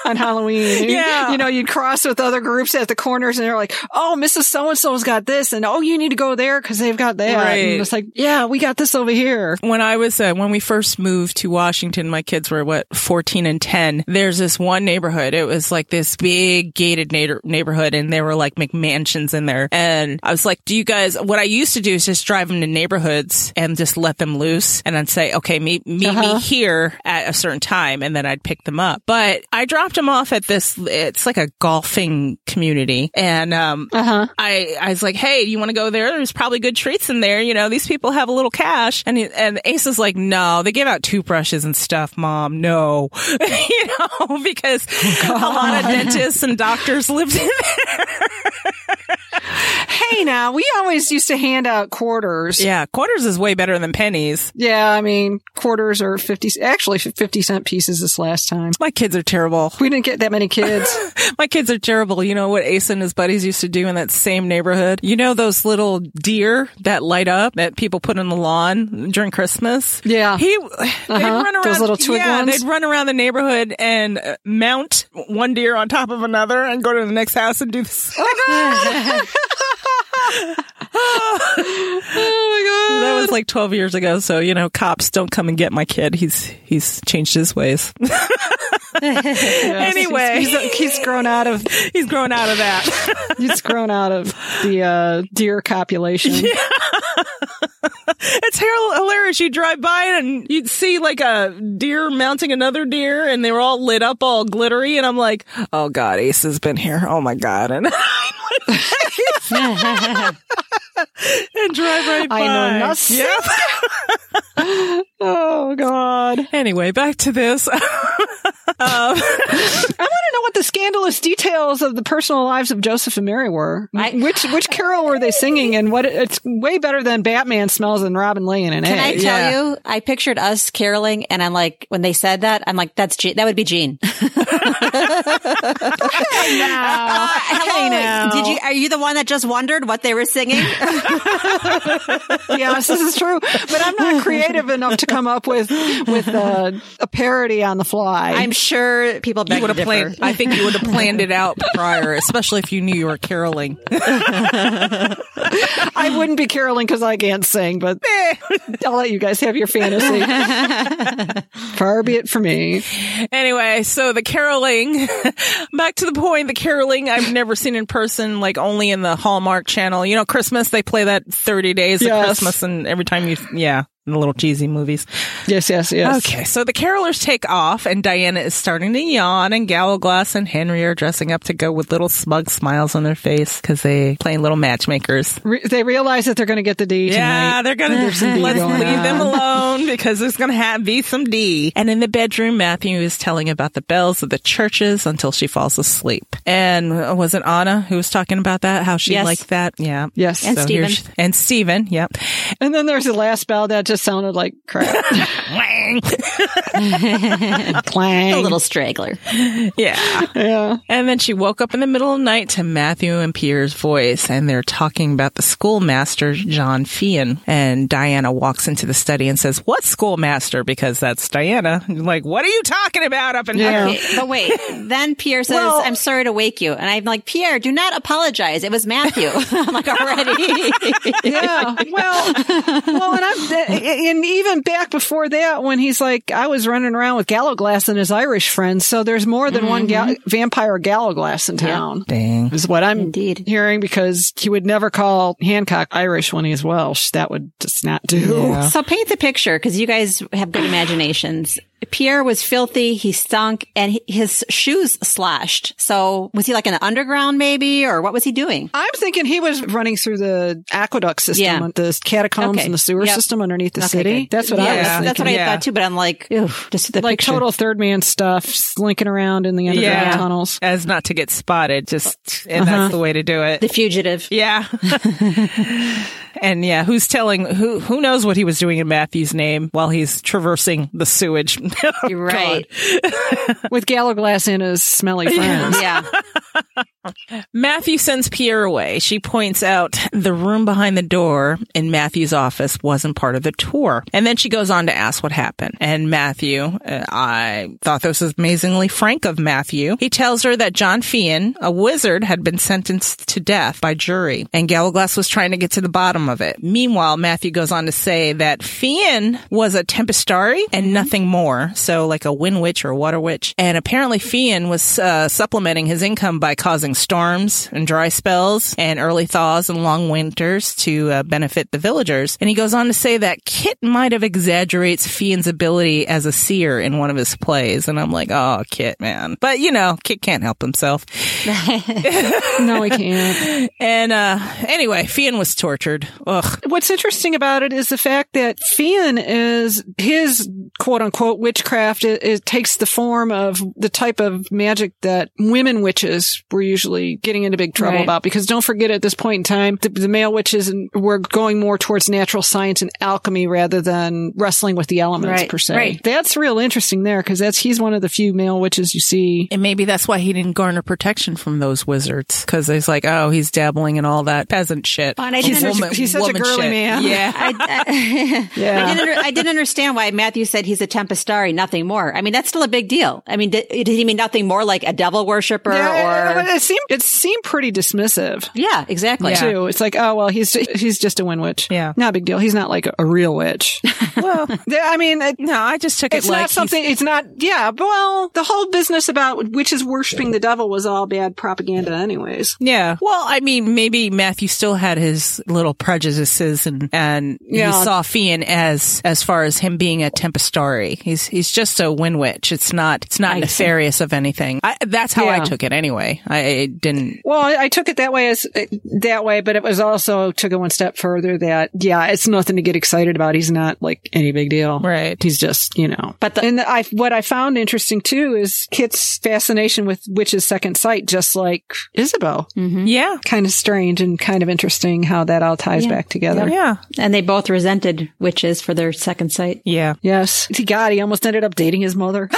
[SPEAKER 4] on Halloween.
[SPEAKER 2] Yeah.
[SPEAKER 4] You know, you'd cross with other groups at the corners and they're like, oh, Mrs. So-and-so's got this and oh, you need to go there because they've got that.
[SPEAKER 2] Right.
[SPEAKER 4] And it's like, yeah, we got this over here.
[SPEAKER 2] when I was uh, when we first moved to Washington, my kids were what fourteen and ten. There's this one neighborhood. It was like this big gated neighbor- neighborhood, and there were like McMansions in there. And I was like, "Do you guys?" What I used to do is just drive them to neighborhoods and just let them loose, and I'd say, "Okay, meet meet
[SPEAKER 4] Uh-huh.
[SPEAKER 2] me here at a certain time," and then I'd pick them up. But I dropped them off at this. It's like a golfing community, and um, I, I was like, hey, you want to go there? There's probably good treats in there. You know, these people have a little cash. And he, and Ace is like, no, they give out toothbrushes and stuff, mom. No, you know, because a lot of dentists and doctors lived in there.
[SPEAKER 4] Hey, now, we always used to hand out quarters.
[SPEAKER 2] yeah, quarters is way better than pennies.
[SPEAKER 4] Yeah, I mean, quarters are 50, actually 50 cent pieces this last time.
[SPEAKER 2] My kids are terrible.
[SPEAKER 4] We didn't get that many kids.
[SPEAKER 2] My kids are terrible. You know what Ace and his buddies used to do in that same neighborhood? You know those little deer that light up that people put on the lawn during Christmas?
[SPEAKER 4] Yeah. Uh-huh.
[SPEAKER 2] He, they'd run around.
[SPEAKER 4] Those little twig
[SPEAKER 2] yeah,
[SPEAKER 4] ones?
[SPEAKER 2] they'd run around the neighborhood and uh, mount one deer on top of another and go to the next house and do this.
[SPEAKER 4] oh my God.
[SPEAKER 2] That was like 12 years ago. So, you know, cops don't come and get my kid. He's, he's changed his ways. anyway,
[SPEAKER 4] He's, uh,
[SPEAKER 2] he's,
[SPEAKER 4] he's grown out of
[SPEAKER 2] grown out of that.
[SPEAKER 4] he's grown out of the uh, deer copulation.
[SPEAKER 2] It's hil- hilarious. You drive by and you'd see like a deer mounting another deer and they were all lit up, all glittery. And I'm like, oh God, Ace has been here. Oh my God. And, and drive right by.
[SPEAKER 4] I know nothing.
[SPEAKER 2] Yep.
[SPEAKER 4] Oh God! I want
[SPEAKER 2] Anyway, back to this.
[SPEAKER 4] to know what the scandalous details of the personal lives of Joseph and Mary were.
[SPEAKER 1] I-
[SPEAKER 4] which which carol were they singing? And what? It's way better than Batman smells and Robin laying an
[SPEAKER 1] Can I
[SPEAKER 4] egg.
[SPEAKER 1] tell you? I pictured us caroling, and I'm like, when they said that, I'm like, that's Gene. That would be Gene. Uh, Hello. Did you? Are you the one that just wondered what they were singing?
[SPEAKER 4] yes, this is true. But I'm not creative enough to come up with with uh, a parody on the fly.
[SPEAKER 1] I'm sure people beg
[SPEAKER 2] would
[SPEAKER 1] to
[SPEAKER 2] have
[SPEAKER 1] differ.
[SPEAKER 2] planned. I think you would have planned it out prior, especially if you knew you were caroling.
[SPEAKER 4] I wouldn't be caroling because I can't sing, but I'll let you guys have your fantasy. Far be it for me.
[SPEAKER 2] Anyway, so the caroling, back to the point, the caroling I've never seen in person, like only in the Hallmark channel. You know, Christmas, they play that 30 days
[SPEAKER 4] Yes.
[SPEAKER 2] of Christmas and every time you, yeah, the little cheesy movies.
[SPEAKER 4] Yes, yes, yes.
[SPEAKER 2] Okay, so the carolers take off, and Diana is starting to yawn, and Gowelglass and Henry are dressing up to go with little smug smiles on their face because they play little matchmakers.
[SPEAKER 4] Re- they realize that they're going to get the D tonight.
[SPEAKER 2] Yeah, they're gonna let's
[SPEAKER 4] some D
[SPEAKER 2] leave
[SPEAKER 4] going
[SPEAKER 2] them
[SPEAKER 4] on.
[SPEAKER 2] alone because there's gonna have be some D. And in the bedroom, Matthew is telling about the bells of the churches until she falls asleep. And uh, was it Anna who was talking about that? How she
[SPEAKER 1] Yes.
[SPEAKER 2] liked that? Yeah.
[SPEAKER 4] Yes.
[SPEAKER 1] And Stephen.
[SPEAKER 2] here's- And Stephen. Yep.
[SPEAKER 4] And then there's the last bell that just sounded like crap.
[SPEAKER 2] Wang.
[SPEAKER 4] Clang.
[SPEAKER 1] a little straggler.
[SPEAKER 2] yeah.
[SPEAKER 4] Yeah.
[SPEAKER 2] And then she woke up in the middle of the night to Matthew and Pierre's voice, and they're talking about the schoolmaster, John Fian. And Diana walks into the study and says, What schoolmaster? Because that's Diana. Like, what are you talking about up in
[SPEAKER 4] Yeah.
[SPEAKER 2] here?
[SPEAKER 1] But wait, then Pierre says,
[SPEAKER 4] Well-
[SPEAKER 1] "I'm sorry to wake you," and I'm like, "Pierre, do not apologize. It was Matthew." I'm like, "Already."
[SPEAKER 4] Yeah. Well, well, and I'm, and even back before that, when he's like, I was running around with Gallowglass and his Irish friends, so there's more than one gal-
[SPEAKER 1] Mm-hmm.
[SPEAKER 4] vampire Gallowglass in town.
[SPEAKER 2] Dang.
[SPEAKER 4] Is what I'm
[SPEAKER 1] Indeed.
[SPEAKER 4] hearing because he would never call Hancock Irish when he's Welsh. That would just not do.
[SPEAKER 2] Yeah.
[SPEAKER 1] So paint the picture because you guys have good imaginations. Pierre was filthy. He stunk and h- his shoes sloshed. So was he like in the underground maybe or what was he doing?
[SPEAKER 4] I'm thinking he was running through the aqueduct system,
[SPEAKER 1] Yeah.
[SPEAKER 4] the catacombs
[SPEAKER 1] Okay.
[SPEAKER 4] and the sewer
[SPEAKER 1] Yep.
[SPEAKER 4] system underneath the
[SPEAKER 1] Okay,
[SPEAKER 4] city.
[SPEAKER 1] good.
[SPEAKER 4] That's what
[SPEAKER 1] yeah,
[SPEAKER 4] I was
[SPEAKER 1] that's-
[SPEAKER 4] thinking.
[SPEAKER 1] That's what I
[SPEAKER 2] Yeah.
[SPEAKER 1] thought too, but I'm like, ew, just the
[SPEAKER 4] like
[SPEAKER 1] picture.
[SPEAKER 4] total third man stuff, slinking around in the underground
[SPEAKER 2] Yeah.
[SPEAKER 4] tunnels.
[SPEAKER 2] As not to get spotted, just, and that's the way to do it.
[SPEAKER 1] the fugitive.
[SPEAKER 2] Yeah. and yeah, who's telling who who knows what he was doing in Matthew's name while he's traversing the sewage.
[SPEAKER 1] You're right.
[SPEAKER 4] With Gallowglass and his smelly friends.
[SPEAKER 1] Yeah.
[SPEAKER 2] Matthew sends Pierre away. She points out the room behind the door in Matthew's office wasn't part of the tour. And then she goes on to ask what happened. And Matthew, uh, I thought this was amazingly frank of Matthew. He tells her that John Fian, a wizard, had been sentenced to death by jury and Gallowglass was trying to get to the bottom of it. Meanwhile, Matthew goes on to say that Fian was a Tempestari and nothing more. So like a wind witch or a water witch. And apparently Fian was uh, supplementing his income by causing storms and dry spells and early thaws and long winters to uh, benefit the villagers. And he goes on to say that Kit might have exaggerates Fian's ability as a seer in one of his plays. And I'm like, oh, Kit, man. But you know, Kit can't help himself.
[SPEAKER 4] No, he can't.
[SPEAKER 2] And uh anyway, Fian was tortured. Ugh.
[SPEAKER 4] What's interesting about it is the fact that Fionn is his quote unquote witchcraft. It, it takes the form of the type of magic that women witches were usually getting into big trouble
[SPEAKER 1] Right.
[SPEAKER 4] about. Because don't forget at this point in time, the, the male witches and- were going more towards natural science and alchemy rather than wrestling with the elements
[SPEAKER 1] Right,
[SPEAKER 4] per se.
[SPEAKER 1] right.
[SPEAKER 4] That's real interesting there because that's, he's one of the few male witches you see
[SPEAKER 2] And maybe that's why he didn't garner protection from those wizards because he's like, oh, he's dabbling in all that peasant shit.
[SPEAKER 1] But I didn't
[SPEAKER 2] Woman-
[SPEAKER 4] understand- he's such a
[SPEAKER 2] woman
[SPEAKER 4] girly
[SPEAKER 2] shit.
[SPEAKER 4] man.
[SPEAKER 2] Yeah.
[SPEAKER 1] I, I,
[SPEAKER 4] Yeah.
[SPEAKER 1] I, didn't, under- I didn't understand why Matthew said he's a Tempestari, nothing more. I mean, that's still a big deal. I mean, did, did he mean nothing more like a devil worshiper
[SPEAKER 4] Yeah,
[SPEAKER 1] or?
[SPEAKER 4] it seemed it seemed pretty dismissive
[SPEAKER 1] Yeah, exactly.
[SPEAKER 2] Yeah.
[SPEAKER 4] too. It's like, oh well, he's he's just a win witch.
[SPEAKER 2] Yeah.
[SPEAKER 4] not a big deal. He's not like a, a real witch.
[SPEAKER 2] well,
[SPEAKER 4] Yeah, I mean, it,
[SPEAKER 2] no, I just took it
[SPEAKER 4] it's
[SPEAKER 2] like
[SPEAKER 4] not
[SPEAKER 2] he's-
[SPEAKER 4] something. It's not. Yeah, but, well, the whole business about witches worshiping the devil was all bad propaganda, anyways.
[SPEAKER 2] Yeah. Well, I mean, maybe Matthew still had his little prejudices and, and
[SPEAKER 4] Yeah.
[SPEAKER 2] he saw Fian as, as far as him being a Tempestari. He's, he's just a wind witch. It's not, it's not nefarious of anything. I, that's how
[SPEAKER 4] Yeah.
[SPEAKER 2] I took it anyway. I it didn't.
[SPEAKER 4] Well, I, I took it that way as eh, that way, but it was also took it one step further that yeah, it's nothing to get excited about. He's not like any big deal,
[SPEAKER 2] Right.
[SPEAKER 4] He's just you know.
[SPEAKER 1] But the-
[SPEAKER 4] and I what I found interesting too is Kit's fascination with witches' second sight, just like Isabeau.
[SPEAKER 2] Yeah.
[SPEAKER 4] Kind of strange and kind of interesting how that all ties back together.
[SPEAKER 2] Yeah.
[SPEAKER 1] And they both resented witches for their second sight.
[SPEAKER 2] Yeah.
[SPEAKER 4] Yes, he God, he almost ended up dating his mother.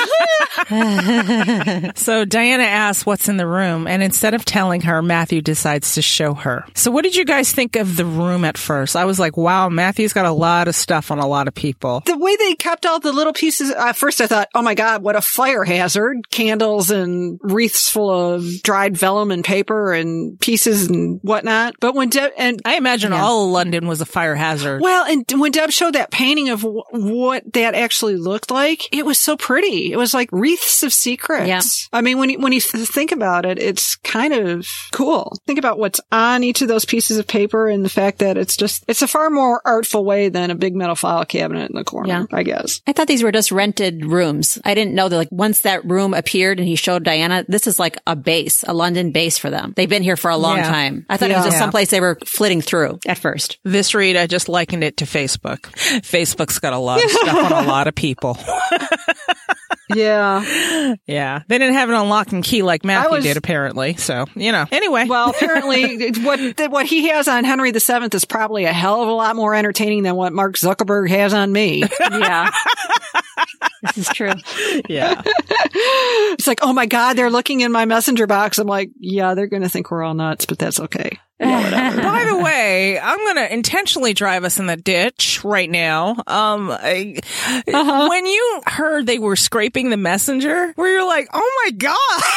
[SPEAKER 2] So Diana asks what's in the room, and instead of telling her, Matthew decides to show her. So what did you guys think of the room at first? I was like, wow, Matthew's got a lot of stuff on a lot of people.
[SPEAKER 4] the way they kept all the little pieces at first i thought oh my god what a fire hazard candles and wreaths full of dried vellum and paper and pieces and whatnot but when deb and
[SPEAKER 2] I imagine all of London was a fire hazard.
[SPEAKER 4] well and when deb showed that painting of w- what that actually looked like it was so pretty it was like wreaths of secrets
[SPEAKER 1] Yeah.
[SPEAKER 4] i mean when you, when you th- think about it it's kind of cool think about what's on each of those pieces of paper and the fact that it's just it's a far more artful way than a big metal file cabinet in the corner
[SPEAKER 1] Yeah.
[SPEAKER 4] i guess
[SPEAKER 1] I thought these were just rented rooms. I didn't know that like once that room appeared and he showed Diana, this is like a base, a London base for them. They've been here for a long
[SPEAKER 2] Yeah.
[SPEAKER 1] time. I thought it was just
[SPEAKER 2] Yeah.
[SPEAKER 1] someplace they were flitting through at first.
[SPEAKER 2] This read, I just likened it to Facebook. Facebook's got a lot of stuff on a lot of people.
[SPEAKER 4] yeah
[SPEAKER 2] Yeah. They didn't have an unlock and key like Matthew
[SPEAKER 4] was-
[SPEAKER 2] did, apparently. So, you know, anyway.
[SPEAKER 4] Well, apparently, what what he has on Henry VII is probably a hell of a lot more entertaining than what Mark Zuckerberg has on me.
[SPEAKER 1] Yeah. this is true.
[SPEAKER 2] yeah.
[SPEAKER 4] it's like, oh my god, they're looking in my messenger box. I'm like, yeah, they're going to think we're all nuts, but that's okay.
[SPEAKER 2] By the way, I'm going to intentionally drive us in the ditch right now. Um, I, when you heard they were scraping the messenger, where you're like, "Oh my god."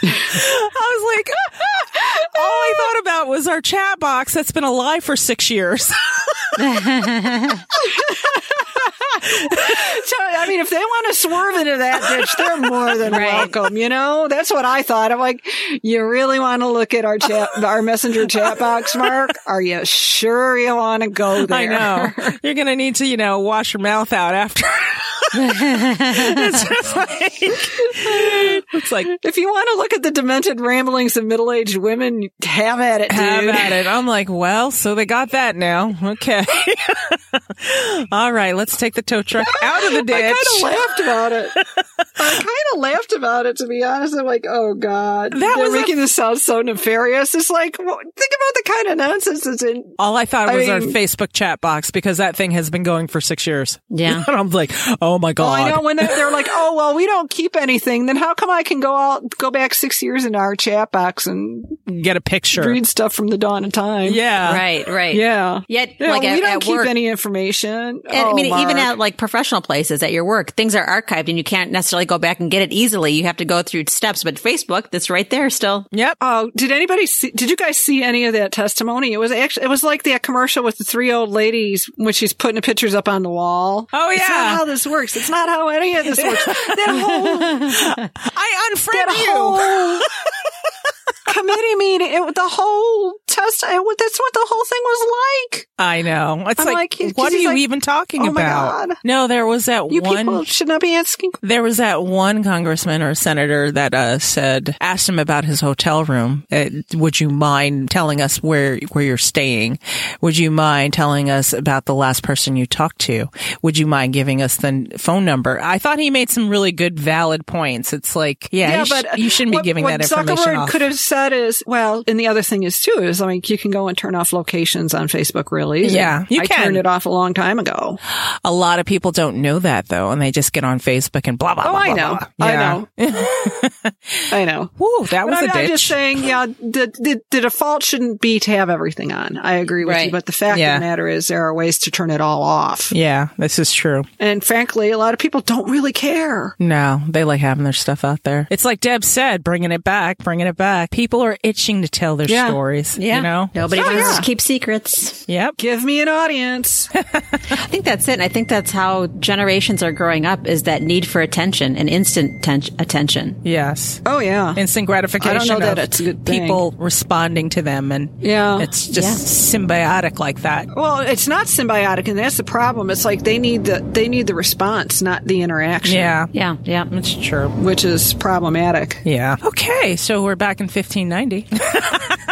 [SPEAKER 2] I was like, all I thought about was our chat box that's been alive for six years.
[SPEAKER 4] So, I mean, if they want to swerve into that ditch, they're more than
[SPEAKER 1] Right.
[SPEAKER 4] welcome. You know, that's what I thought. I'm like, you really want to look at our chat, our messenger chat box, Mark? Are you sure you want to go there?
[SPEAKER 2] I know. You're going to need to, you know, wash your mouth out after. it's just like, it's like,
[SPEAKER 4] If you want to look at the demented ramblings of middle-aged women, have at it, dude.
[SPEAKER 2] have at it. I'm like, well, so they got that now. Okay. All right. Let's take the tow truck out of the
[SPEAKER 4] I
[SPEAKER 2] ditch.
[SPEAKER 4] kind of laughed about it. I kind of laughed about it, to be honest. I'm like, oh god,
[SPEAKER 2] That
[SPEAKER 4] They're
[SPEAKER 2] was a-
[SPEAKER 4] making this sound so nefarious. It's like, well, think about the kind of nonsense that's in.
[SPEAKER 2] All I thought
[SPEAKER 4] I
[SPEAKER 2] was our
[SPEAKER 4] mean-
[SPEAKER 2] Facebook chat box because that thing has been going for six years.
[SPEAKER 1] Yeah.
[SPEAKER 2] and I'm like, oh my
[SPEAKER 4] Well,
[SPEAKER 2] God.
[SPEAKER 4] I know when they're, they're like, oh well, we don't keep anything. Then how come I can go out, go back six years in our chat box and
[SPEAKER 2] Get a picture.
[SPEAKER 4] read stuff from the dawn of time?
[SPEAKER 2] Yeah.
[SPEAKER 1] right, right.
[SPEAKER 4] yeah.
[SPEAKER 1] Yet,
[SPEAKER 4] Yeah,
[SPEAKER 1] like
[SPEAKER 4] we
[SPEAKER 1] at,
[SPEAKER 4] don't
[SPEAKER 1] at
[SPEAKER 4] keep
[SPEAKER 1] work,
[SPEAKER 4] any information.
[SPEAKER 1] and, I
[SPEAKER 4] Oh,
[SPEAKER 1] mean, even
[SPEAKER 4] Mark.
[SPEAKER 1] at like professional places at your work, things are archived and you can't necessarily go back and get it easily. You have to go through steps, but Facebook, that's right there still.
[SPEAKER 2] Yep.
[SPEAKER 4] Oh, did anybody see, did you guys see any of that testimony? It was actually, it was like that commercial with the three old ladies when she's putting the pictures up on the wall.
[SPEAKER 2] Oh,
[SPEAKER 4] It's
[SPEAKER 2] yeah.
[SPEAKER 4] not how this works. It's not how any of this works. That whole,
[SPEAKER 2] I
[SPEAKER 4] that
[SPEAKER 2] unfriend you.
[SPEAKER 4] whole committee meeting, it, the whole test, it, was- that's what the whole thing was like.
[SPEAKER 2] I know. It's
[SPEAKER 4] I'm
[SPEAKER 2] like,
[SPEAKER 4] like, 'cause
[SPEAKER 2] what are
[SPEAKER 4] he's
[SPEAKER 2] you
[SPEAKER 4] like,
[SPEAKER 2] even talking
[SPEAKER 4] "Oh my
[SPEAKER 2] about?
[SPEAKER 4] God."
[SPEAKER 2] No, there was that
[SPEAKER 4] You
[SPEAKER 2] one.
[SPEAKER 4] people should not be asking.
[SPEAKER 2] There was that one congressman or senator that uh, said, asked him about his hotel room. Uh, would you mind telling us where where you're staying? Would you mind telling us about the last person you talked to? Would you mind giving us the phone number? I thought he made some really good, valid points. It's like, yeah, you, sh- you shouldn't
[SPEAKER 4] what-
[SPEAKER 2] be giving
[SPEAKER 4] what
[SPEAKER 2] that information
[SPEAKER 4] Zuckerberg
[SPEAKER 2] off.
[SPEAKER 4] could have said is, well, and the other thing is too is, I mean, you can go and turn off locations on Facebook really easy.
[SPEAKER 2] Yeah, you
[SPEAKER 4] I
[SPEAKER 2] can.
[SPEAKER 4] turned it off a long time ago.
[SPEAKER 2] A lot of people don't know that though, and they just get on Facebook and blah blah.
[SPEAKER 4] Oh,
[SPEAKER 2] blah,
[SPEAKER 4] I
[SPEAKER 2] blah,
[SPEAKER 4] know.
[SPEAKER 2] blah.
[SPEAKER 4] I
[SPEAKER 2] Yeah.
[SPEAKER 4] know. I know.
[SPEAKER 2] Whew, that was
[SPEAKER 4] But
[SPEAKER 2] a
[SPEAKER 4] I'm,
[SPEAKER 2] ditch.
[SPEAKER 4] I'm just saying, yeah, the, the the default shouldn't be to have everything on. I agree with
[SPEAKER 1] Right.
[SPEAKER 4] you, but the fact
[SPEAKER 2] Yeah.
[SPEAKER 4] of the matter is, there are ways to turn it all off.
[SPEAKER 2] yeah, this is true.
[SPEAKER 4] And frankly, a lot of people don't really care.
[SPEAKER 2] No, they like having their stuff out there. It's like Deb said, bringing it back, bringing it back. People are itching to tell their
[SPEAKER 4] Yeah.
[SPEAKER 2] stories. You know?
[SPEAKER 1] Nobody wants
[SPEAKER 4] yeah.
[SPEAKER 1] to keep secrets.
[SPEAKER 2] Yep.
[SPEAKER 4] Give me an audience.
[SPEAKER 1] I think that's it. And I think that's how generations are growing up is that need for attention and instant ten- attention.
[SPEAKER 2] Yes.
[SPEAKER 4] Oh yeah,
[SPEAKER 2] Instant gratification.
[SPEAKER 4] I don't know that
[SPEAKER 2] of
[SPEAKER 4] it's a good thing.
[SPEAKER 2] people responding to them, and
[SPEAKER 4] Yeah.
[SPEAKER 2] it's just symbiotic like that.
[SPEAKER 4] Well, it's not symbiotic, and that's the problem. It's like they need the they need the response, not the interaction.
[SPEAKER 2] Yeah,
[SPEAKER 1] Yeah. Yeah.
[SPEAKER 2] it's true.
[SPEAKER 4] which is problematic.
[SPEAKER 2] Yeah. Okay, so we're back in 1590.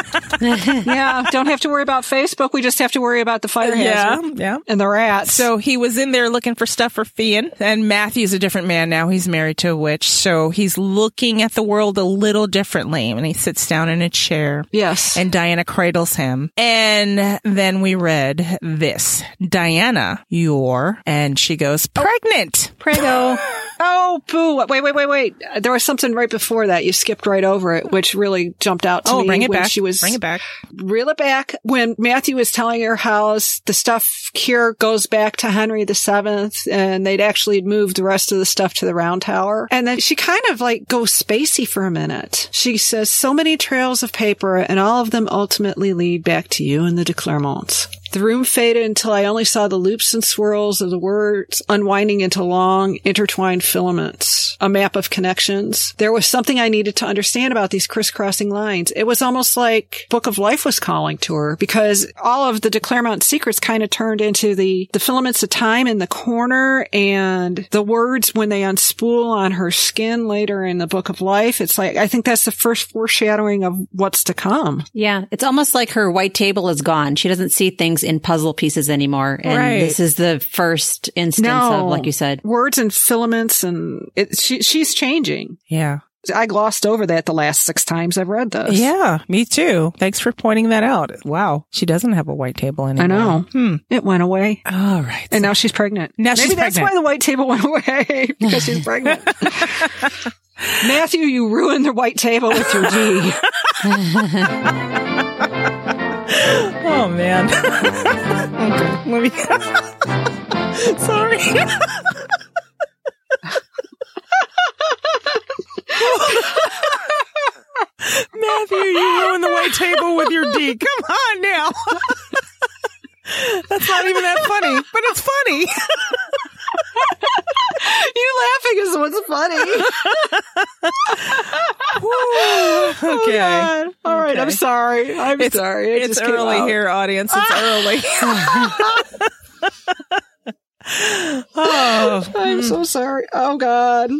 [SPEAKER 4] yeah, don't have to worry about Facebook. We just have to worry about the fire
[SPEAKER 2] yeah,
[SPEAKER 4] hazard
[SPEAKER 2] yeah.
[SPEAKER 4] and the rats.
[SPEAKER 2] So he was in there looking for stuff for Fian, and Matthew's a different man now. He's married to a witch, so he's looking at the world a little differently. And he sits down in a chair.
[SPEAKER 4] yes,
[SPEAKER 2] And Diana cradles him. And then we read this Diana, you're, and she goes, pregnant.
[SPEAKER 1] Prego.
[SPEAKER 4] Oh, boo. Wait, wait, wait, wait. There was something right before that. You skipped right over it, which really jumped out to
[SPEAKER 2] Oh,
[SPEAKER 4] me
[SPEAKER 2] bring it
[SPEAKER 4] when
[SPEAKER 2] back.
[SPEAKER 4] she was
[SPEAKER 2] bring it back.
[SPEAKER 4] reel it back when Matthew was telling her how the stuff here goes back to Henry the Seventh, and they'd actually moved the rest of the stuff to the Round Tower. And then she kind of like goes spacey for a minute. She says, "So many trails of paper, and all of them ultimately lead back to you and the de Clermonts." The room faded until I only saw the loops and swirls of the words unwinding into long, intertwined filaments, a map of connections. There was something I needed to understand about these crisscrossing lines. It was almost like Book of Life was calling to her because all of the de Claremont secrets kind of turned into the, the filaments of time in the corner and the words when they unspool on her skin later in the Book of Life. It's like, I think that's the first foreshadowing of what's to come.
[SPEAKER 1] yeah. It's almost like her white table is gone. She doesn't see things in puzzle pieces anymore. And
[SPEAKER 2] Right.
[SPEAKER 1] this is the first instance of, like you said,
[SPEAKER 4] words and filaments, and it, she, she's changing.
[SPEAKER 2] Yeah.
[SPEAKER 4] I glossed over that the last six times I've read this.
[SPEAKER 2] Yeah, me too. Thanks for pointing that out. Wow. She doesn't have a white table anymore.
[SPEAKER 4] I know.
[SPEAKER 2] Hmm.
[SPEAKER 4] It went away.
[SPEAKER 2] All right.
[SPEAKER 4] And now she's pregnant.
[SPEAKER 2] Now
[SPEAKER 4] Maybe
[SPEAKER 2] she's
[SPEAKER 4] that's
[SPEAKER 2] pregnant.
[SPEAKER 4] why the white table went away because she's pregnant. Matthew, you ruined the white table with your G.
[SPEAKER 2] Oh man. okay. Let me. Sorry. Matthew, you ruined the white table with your D. Come on now. That's It's not even that funny, but it's funny.
[SPEAKER 4] you laughing is what's funny.
[SPEAKER 2] Woo.
[SPEAKER 4] Oh,
[SPEAKER 2] okay.
[SPEAKER 4] God. All right. I'm
[SPEAKER 2] Okay.
[SPEAKER 4] sorry. I'm
[SPEAKER 2] It's,
[SPEAKER 4] sorry. It
[SPEAKER 2] it's
[SPEAKER 4] just came
[SPEAKER 2] early
[SPEAKER 4] out.
[SPEAKER 2] here, audience. It's early. oh.
[SPEAKER 4] I'm so sorry. Oh God.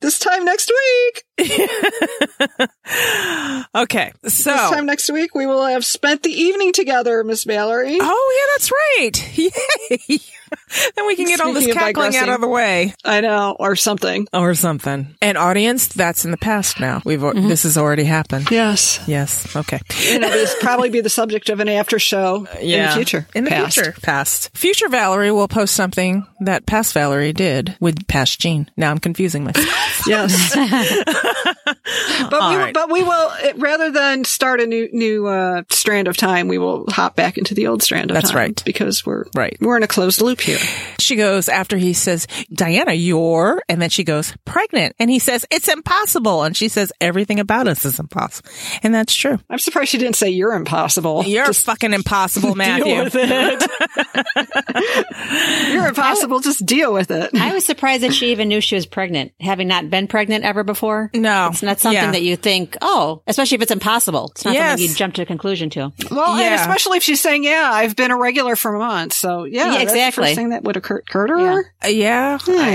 [SPEAKER 4] This time next week.
[SPEAKER 2] okay. So.
[SPEAKER 4] This time next week we will have spent the evening together, Miss Mallory.
[SPEAKER 2] Oh yeah, that's right. Yay! then we can get all this
[SPEAKER 4] Speaking of
[SPEAKER 2] cackling out
[SPEAKER 4] digressing.
[SPEAKER 2] of the way,
[SPEAKER 4] I know, or something.
[SPEAKER 2] or something. And audience, that's in the past now. We've
[SPEAKER 4] Mm-hmm.
[SPEAKER 2] al- this has already happened.
[SPEAKER 4] Yes.
[SPEAKER 2] Yes. Okay.
[SPEAKER 4] And it is probably be the subject of an after show in the future.
[SPEAKER 2] In the
[SPEAKER 4] Past.
[SPEAKER 2] future. Past. Future Valerie will post something that past Valerie did with past Jean. Now I'm confusing myself.
[SPEAKER 4] Yes. but
[SPEAKER 2] All
[SPEAKER 4] we
[SPEAKER 2] right.
[SPEAKER 4] but we will it- rather than start a new new uh, strand of time, we will hop back into the old strand of
[SPEAKER 2] That's
[SPEAKER 4] time.
[SPEAKER 2] right.
[SPEAKER 4] Because we're
[SPEAKER 2] Right.
[SPEAKER 4] We're in a closed loop here.
[SPEAKER 2] she goes after he says, Diana, you're, and then she goes, pregnant. And he says, it's impossible. And she says, everything about us is impossible. And that's true.
[SPEAKER 4] I'm surprised she didn't say you're impossible.
[SPEAKER 2] You're fucking impossible,
[SPEAKER 4] Deal
[SPEAKER 2] Matthew.
[SPEAKER 4] with it. You're impossible. Just deal with it.
[SPEAKER 1] I was surprised that she even knew she was pregnant, having not been pregnant ever before.
[SPEAKER 2] No.
[SPEAKER 1] It's not something
[SPEAKER 2] Yeah.
[SPEAKER 1] that you think, oh, especially if it's impossible. It's not
[SPEAKER 2] Yes.
[SPEAKER 1] something you jump to a conclusion to.
[SPEAKER 4] Well, and
[SPEAKER 2] Yeah.
[SPEAKER 4] especially if she's saying, "Yeah, I've been a regular for months," so yeah,
[SPEAKER 1] Yeah,
[SPEAKER 4] that's the
[SPEAKER 1] exactly.
[SPEAKER 4] first thing that would occur, occur to
[SPEAKER 1] Yeah.
[SPEAKER 4] her.
[SPEAKER 2] Uh, Yeah, I,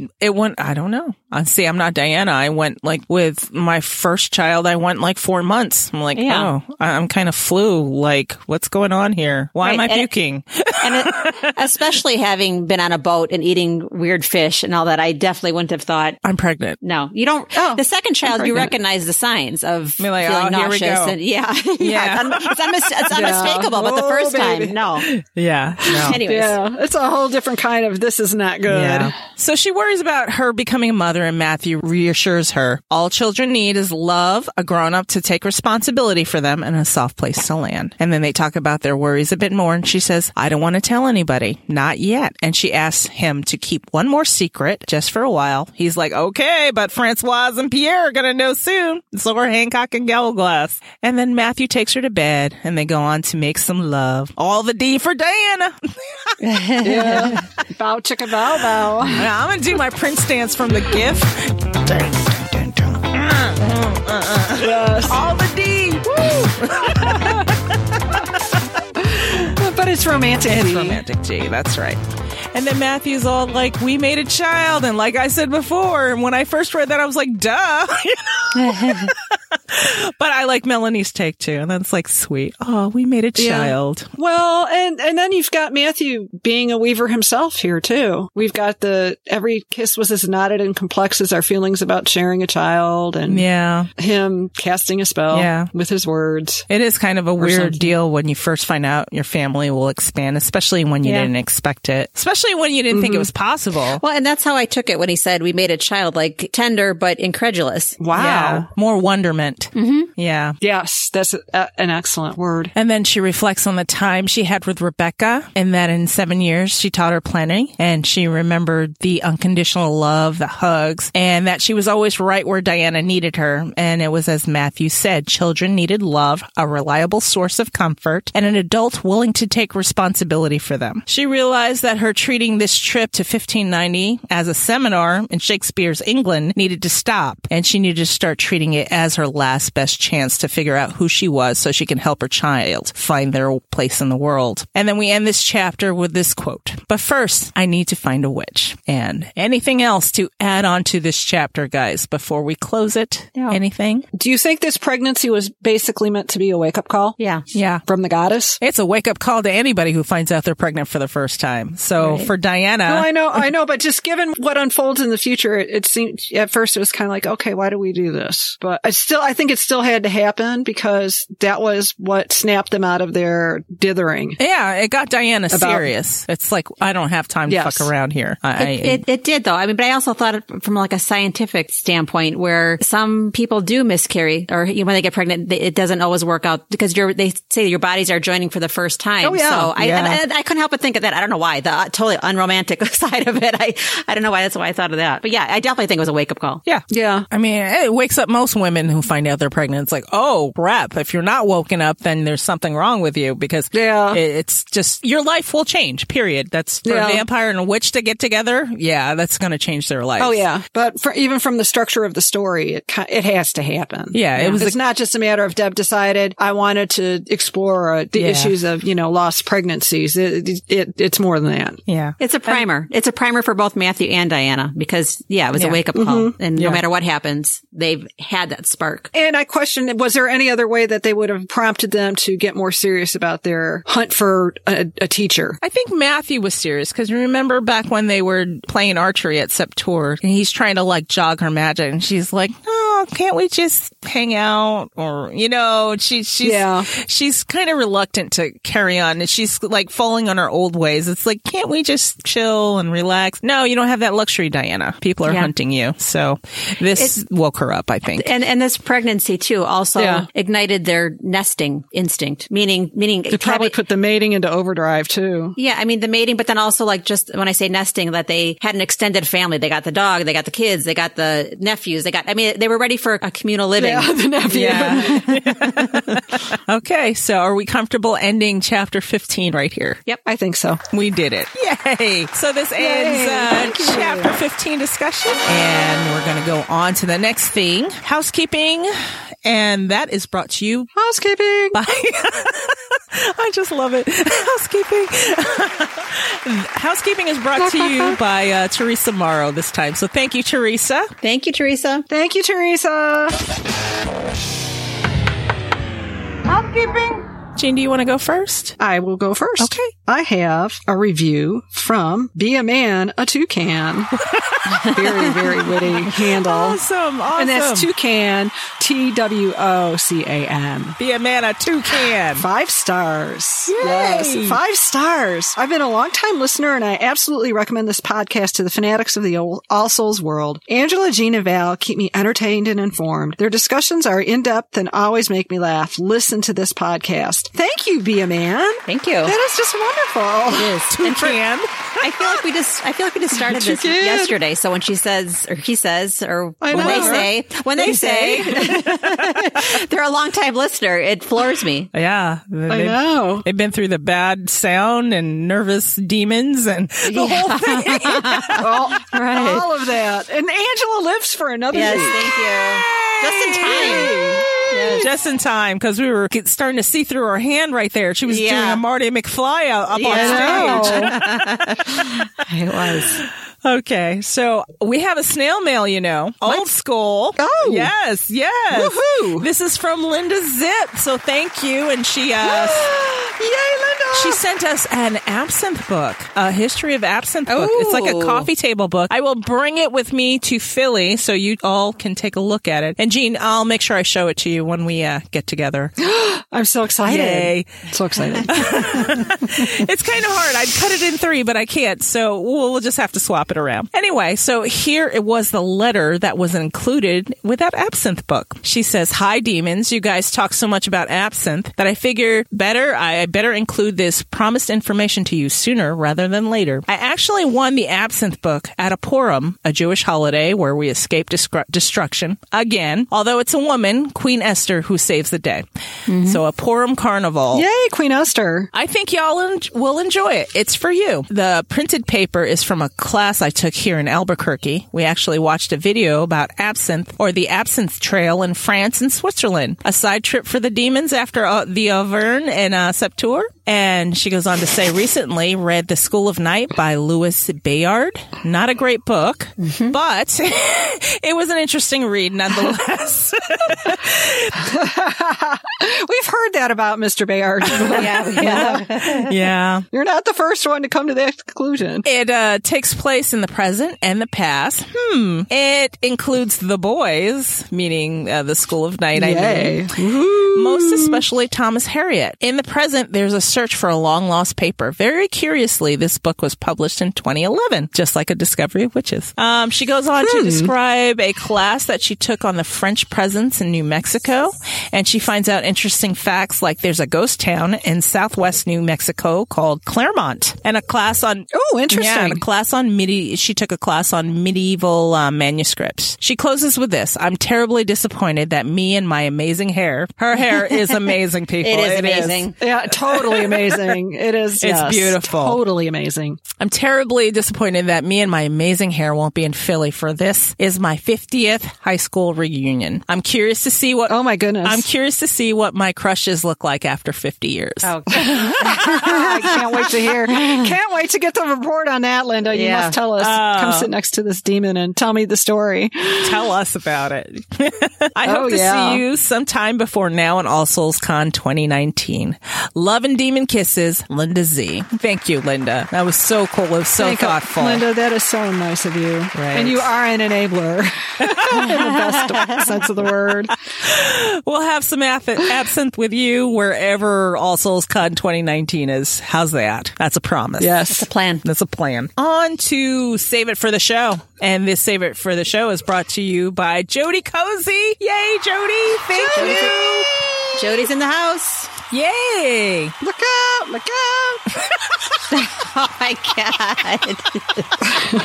[SPEAKER 2] I it went. I don't know. I see. I'm not Diana. I went like with my first child. I went like four months. I'm like,
[SPEAKER 1] Yeah.
[SPEAKER 2] oh, I- I'm kind of flu. Like, what's going on here? Why am I
[SPEAKER 1] Right, and-
[SPEAKER 2] puking?
[SPEAKER 1] And it, especially having been on a boat and eating weird fish and all that, I definitely wouldn't have thought,
[SPEAKER 2] I'm pregnant.
[SPEAKER 1] no, you don't.
[SPEAKER 2] Oh,
[SPEAKER 1] the second child, you
[SPEAKER 4] pregnant.
[SPEAKER 1] recognize the signs of
[SPEAKER 2] You're like,
[SPEAKER 1] feeling
[SPEAKER 2] oh, here we
[SPEAKER 1] nauseous.
[SPEAKER 2] go.
[SPEAKER 1] And, yeah. yeah.
[SPEAKER 2] Yeah.
[SPEAKER 1] It's, un- it's, unmis- it's unmistakable, but the
[SPEAKER 4] Oh,
[SPEAKER 1] first
[SPEAKER 4] baby.
[SPEAKER 1] time, no.
[SPEAKER 2] Yeah. no.
[SPEAKER 1] Anyways.
[SPEAKER 4] Yeah, it's a whole different kind of. This is not good.
[SPEAKER 2] Yeah. So she worries about her becoming a mother, and Matthew reassures her all children need is love, a grown up to take responsibility for them, and a soft place to land. And then they talk about their worries a bit more, and she says, I don't want to tell anybody, not yet. And she asks him to keep one more secret just for a while. He's like, okay, but Francoise and Pierre are going to know soon. So are Hancock and Galglass. And then Matthew takes her to bed, and they go on to make some love. All the D for Diana.
[SPEAKER 4] Yeah. bow chicka bow bow.
[SPEAKER 2] Now, I'm gonna do my Prince dance from the GIF.
[SPEAKER 4] Yes,
[SPEAKER 2] All the D.
[SPEAKER 4] but it's romantic.
[SPEAKER 2] It's romantic G. That's right. And then Matthew's all like, "We made a child," and like I said before, when I first read that, I was like, "Duh." but I like Melanie's take too, and that's like sweet. Oh, we made a
[SPEAKER 4] Yeah.
[SPEAKER 2] child.
[SPEAKER 4] Well, and and then you've got Matthew being a weaver himself here too. We've got the every kiss was as knotted and complex as our feelings about sharing a child, and
[SPEAKER 2] Yeah.
[SPEAKER 4] him casting a spell
[SPEAKER 2] Yeah.
[SPEAKER 4] with his words.
[SPEAKER 2] It is kind of a weird
[SPEAKER 4] something.
[SPEAKER 2] deal when you first find out your family will expand, especially when you
[SPEAKER 1] Yeah.
[SPEAKER 2] didn't expect it, especially when you didn't think it was possible.
[SPEAKER 1] Well, and that's how I took it when he said we made a child, like tender but incredulous.
[SPEAKER 4] Wow.
[SPEAKER 2] Yeah. More wonderment. Mm-hmm. Yeah.
[SPEAKER 4] Yes, that's a, an excellent word.
[SPEAKER 2] And then she reflects on the time she had with Rebecca and that in seven years she taught her plenty and she remembered the unconditional love, the hugs, and that she was always right where Diana needed her. And it was as Matthew said, children needed love, a reliable source of comfort, and an adult willing to take responsibility for them. She realized that her treating this trip to 1590 as a seminar in Shakespeare's England needed to stop, and she needed to start treating it as her last best chance to figure out who she was so she can help her child find their place in the world. And then we end this chapter with this quote But first, I need to find a witch. And anything else to add on to this chapter, guys, before we close it? Anything?
[SPEAKER 4] Do you think this pregnancy was basically meant to be a wake up call
[SPEAKER 1] Yeah.
[SPEAKER 2] Yeah.
[SPEAKER 4] from the goddess?
[SPEAKER 2] It's a wake up call to anybody who finds out they're pregnant for the first time. So for Diana,
[SPEAKER 4] Well, Oh, I know, I know, but just given what unfolds in the future, it, it seemed at first it was kind of like, okay, why do we do this? But I still, I think it still had to happen because that was what snapped them out of their dithering.
[SPEAKER 2] Yeah, it got Diana
[SPEAKER 4] About-
[SPEAKER 2] serious. It's like I don't have time
[SPEAKER 4] Yes.
[SPEAKER 2] to fuck around here. I,
[SPEAKER 1] It,
[SPEAKER 2] I-
[SPEAKER 1] it, it did though. I mean, but I also thought it from like a scientific standpoint where some people do miscarry or you know, when they get pregnant, they, it doesn't always work out because you're, they say your bodies are joining for the first time.
[SPEAKER 4] Oh, yeah.
[SPEAKER 1] So I,
[SPEAKER 2] Yeah.
[SPEAKER 1] and- and I couldn't help but think of that. I don't know why the uh, totally unromantic side of it. I, I don't know why that's why I thought of that. But yeah, I definitely think it was a wake up call.
[SPEAKER 2] yeah,
[SPEAKER 4] Yeah.
[SPEAKER 2] I mean, it wakes up most women who find out they're pregnant. It's like, oh, rep. If you're not woken up, then there's something wrong with you because
[SPEAKER 4] Yeah.
[SPEAKER 2] it- it's just your life will change. Period. That's for
[SPEAKER 4] Yeah.
[SPEAKER 2] a vampire and a witch to get together. Yeah, that's going to change their life.
[SPEAKER 4] Oh yeah, but for, even from the structure of the story, it ki- it has to happen.
[SPEAKER 2] Yeah, it was
[SPEAKER 4] It's not just a matter of Deb decided I wanted to explore uh, the
[SPEAKER 2] Yeah.
[SPEAKER 4] issues of you know lost pregnancies. It, it, it it's more than that.
[SPEAKER 2] Yeah.
[SPEAKER 1] It's a primer. It's a primer for both Matthew and Diana because, yeah, it was
[SPEAKER 2] Yeah.
[SPEAKER 1] a wake up call. And no matter what happens, they've had that spark.
[SPEAKER 4] And I question: was there any other way that they would have prompted them to get more serious about their hunt for a, a teacher?
[SPEAKER 2] I think Matthew was serious because remember back when they were playing archery at Septour and he's trying to like jog her magic and she's like, "No, can't we just hang out?" Or you know, she she's
[SPEAKER 4] Yeah.
[SPEAKER 2] she's kind of reluctant to carry on and she's like falling on her old ways. It's like, can't we just chill and relax? No, you don't have that luxury, Diana. People are
[SPEAKER 1] Yeah.
[SPEAKER 2] hunting you, so this woke her up. I think.
[SPEAKER 1] And, and this pregnancy too also
[SPEAKER 4] Yeah.
[SPEAKER 1] ignited their nesting instinct, meaning, meaning
[SPEAKER 4] They probably put the mating into overdrive too.
[SPEAKER 1] Yeah, I mean the mating, but then also like just when I say nesting, that they had an extended family. They got the dog, they got the kids, they got the nephews, they got. I mean, they were ready for a communal living.
[SPEAKER 4] Yeah, the nephew.
[SPEAKER 2] okay, so are we comfortable ending chapter fifteen right here?
[SPEAKER 4] I think so.
[SPEAKER 2] We did it. Yay. So this ends uh, chapter 15 discussion. And we're going to go on to the next thing housekeeping. And that is brought to you
[SPEAKER 4] Housekeeping.
[SPEAKER 2] by. I just love it. Housekeeping. Housekeeping is brought to you by uh, Teresa Morrow this time. So thank you, Teresa.
[SPEAKER 1] Thank you, Teresa.
[SPEAKER 4] Thank you, Teresa.
[SPEAKER 2] Jean, do you want to go first?
[SPEAKER 4] I will go first.
[SPEAKER 2] Okay.
[SPEAKER 4] I have a review from Be a Man, a Toucan. very, very witty handle.
[SPEAKER 2] Awesome. Awesome.
[SPEAKER 4] And that's Toucan, T W O C A N.
[SPEAKER 2] Be a man, a toucan.
[SPEAKER 4] Five stars.
[SPEAKER 2] Yay.
[SPEAKER 4] Yes, five stars. I've been a long time listener and I absolutely recommend this podcast to the fanatics of the old All Souls world. Angela, Jean, and Val keep me entertained and informed. Their discussions are in depth and always make me laugh. Listen to this podcast. Thank you, Be a Man.
[SPEAKER 1] Thank you.
[SPEAKER 4] That is just wonderful.
[SPEAKER 1] And for-
[SPEAKER 2] Toucan.
[SPEAKER 1] I feel like we just. I feel like we just started this
[SPEAKER 4] Toucan.
[SPEAKER 1] yesterday. So when she says, or he says, or
[SPEAKER 4] I
[SPEAKER 1] when
[SPEAKER 4] know,
[SPEAKER 1] they
[SPEAKER 4] right?
[SPEAKER 1] say, when they, say, they're a long time listener. It floors me.
[SPEAKER 2] Yeah.
[SPEAKER 4] I know.
[SPEAKER 2] They've been through the bad sound and nervous demons and the whole thing.
[SPEAKER 4] All,
[SPEAKER 1] Right.
[SPEAKER 4] all of that. And Angela lives for another
[SPEAKER 1] Yes,
[SPEAKER 4] week.
[SPEAKER 1] thank you. Just in time. Yes.
[SPEAKER 2] Just in time because we were get- starting to see through her hand right there. She was
[SPEAKER 1] Yeah.
[SPEAKER 2] doing a Marty McFly out up on stage.
[SPEAKER 4] I know.
[SPEAKER 1] It was.
[SPEAKER 2] Okay, so we have a snail mail, you know, old school.
[SPEAKER 4] Oh.
[SPEAKER 2] yes, yes.
[SPEAKER 4] Woohoo.
[SPEAKER 2] This is from Linda Zip. So thank you, and she uh,
[SPEAKER 4] Yay, Linda.
[SPEAKER 2] She sent us an absinthe book, a history of absinthe book. It's like a
[SPEAKER 1] Ooh.
[SPEAKER 2] coffee table book. I will bring it with me to Philly so you all can take a look at it. And Jean, I'll make sure I show it to you when we uh, get together.
[SPEAKER 4] I'm so excited.
[SPEAKER 2] Yay.
[SPEAKER 4] So excited.
[SPEAKER 2] it's kind of hard. I'd cut it in three, but I can't. So we'll, we'll just have to swap it around. Anyway, so here it was the letter that was included with that absinthe book. She says, Hi, demons. You guys talk so much about absinthe that I figure better, I better include this promised information to you sooner rather than later. I actually won the absinthe book at a Purim, a Jewish holiday where we escape discru- destruction again, although it's a woman, Queen Esther, who saves the day. So a Purim carnival.
[SPEAKER 4] Yay, Queen Esther.
[SPEAKER 2] I think y'all en- will enjoy it. It's for you. The printed paper is from a class I took here in Albuquerque. We actually watched a video about absinthe or the absinthe trail in France and Switzerland. A side trip for the demons after uh, the Auvergne and uh, Septour. And she goes on to say, recently read The School of Night by Louis Bayard. Not a great book, but it was an interesting read nonetheless.
[SPEAKER 4] We've heard that about Mr. Bayard.
[SPEAKER 1] Yeah, yeah.
[SPEAKER 2] yeah.
[SPEAKER 4] You're not the first one to come to that conclusion.
[SPEAKER 2] It uh, takes place in the present and the past. Hmm. It includes the boys, meaning uh, the School of Night. I mean,
[SPEAKER 4] Yay.
[SPEAKER 2] most especially Thomas Harriet. In the present, there's a search for a long lost paper. Very curiously, this book was published in 2011, just like A Discovery of Witches. Um, she goes on to describe a class that she took on the French presence in New Mexico, and she finds out interesting facts like there's a ghost town in southwest New Mexico called Claremont, and a class on
[SPEAKER 4] Oh, interesting.
[SPEAKER 2] yeah, and a class on midi. She took a class on medieval uh, manuscripts. She closes with this: "I'm terribly disappointed that me and my amazing hair. Her hair is amazing, people.
[SPEAKER 1] It is amazing.
[SPEAKER 4] Yeah, totally amazing. It is. It's
[SPEAKER 2] beautiful.
[SPEAKER 4] Totally amazing.
[SPEAKER 2] I'm terribly disappointed that me and my amazing hair won't be in Philly for this is my 50th high school reunion. I'm curious to see what
[SPEAKER 4] Oh my goodness.
[SPEAKER 2] I'm curious to see what my crushes look like after 50 years.
[SPEAKER 1] Okay.
[SPEAKER 4] I can't wait to hear. Can't wait to get the report on that, Linda. You
[SPEAKER 1] Yeah.
[SPEAKER 4] must tell us. Come sit next to this demon and tell me the story.
[SPEAKER 2] Tell us about it. I
[SPEAKER 4] Oh,
[SPEAKER 2] hope to
[SPEAKER 4] yeah.
[SPEAKER 2] see you sometime before now and All Souls Con 2019. Love and demon kisses, Linda Z. Thank you, Linda. That was so cool. It was so
[SPEAKER 4] Thank you,
[SPEAKER 2] thoughtful.
[SPEAKER 4] Linda, that is so nice of you. And you are an enabler in the best sense of the word.
[SPEAKER 2] We'll have some ath- absinthe with you wherever All Souls Con 2019 is. How's that? That's a promise.
[SPEAKER 1] It's
[SPEAKER 4] Yes.
[SPEAKER 1] a plan.
[SPEAKER 2] That's a plan. On to Save It for the Show. And this Save It for the Show is brought to you by Jody Cozy. Yay, Jody. Thank you.
[SPEAKER 1] Jody's in the house.
[SPEAKER 2] Yay.
[SPEAKER 4] Look out, look out.
[SPEAKER 1] Oh my God.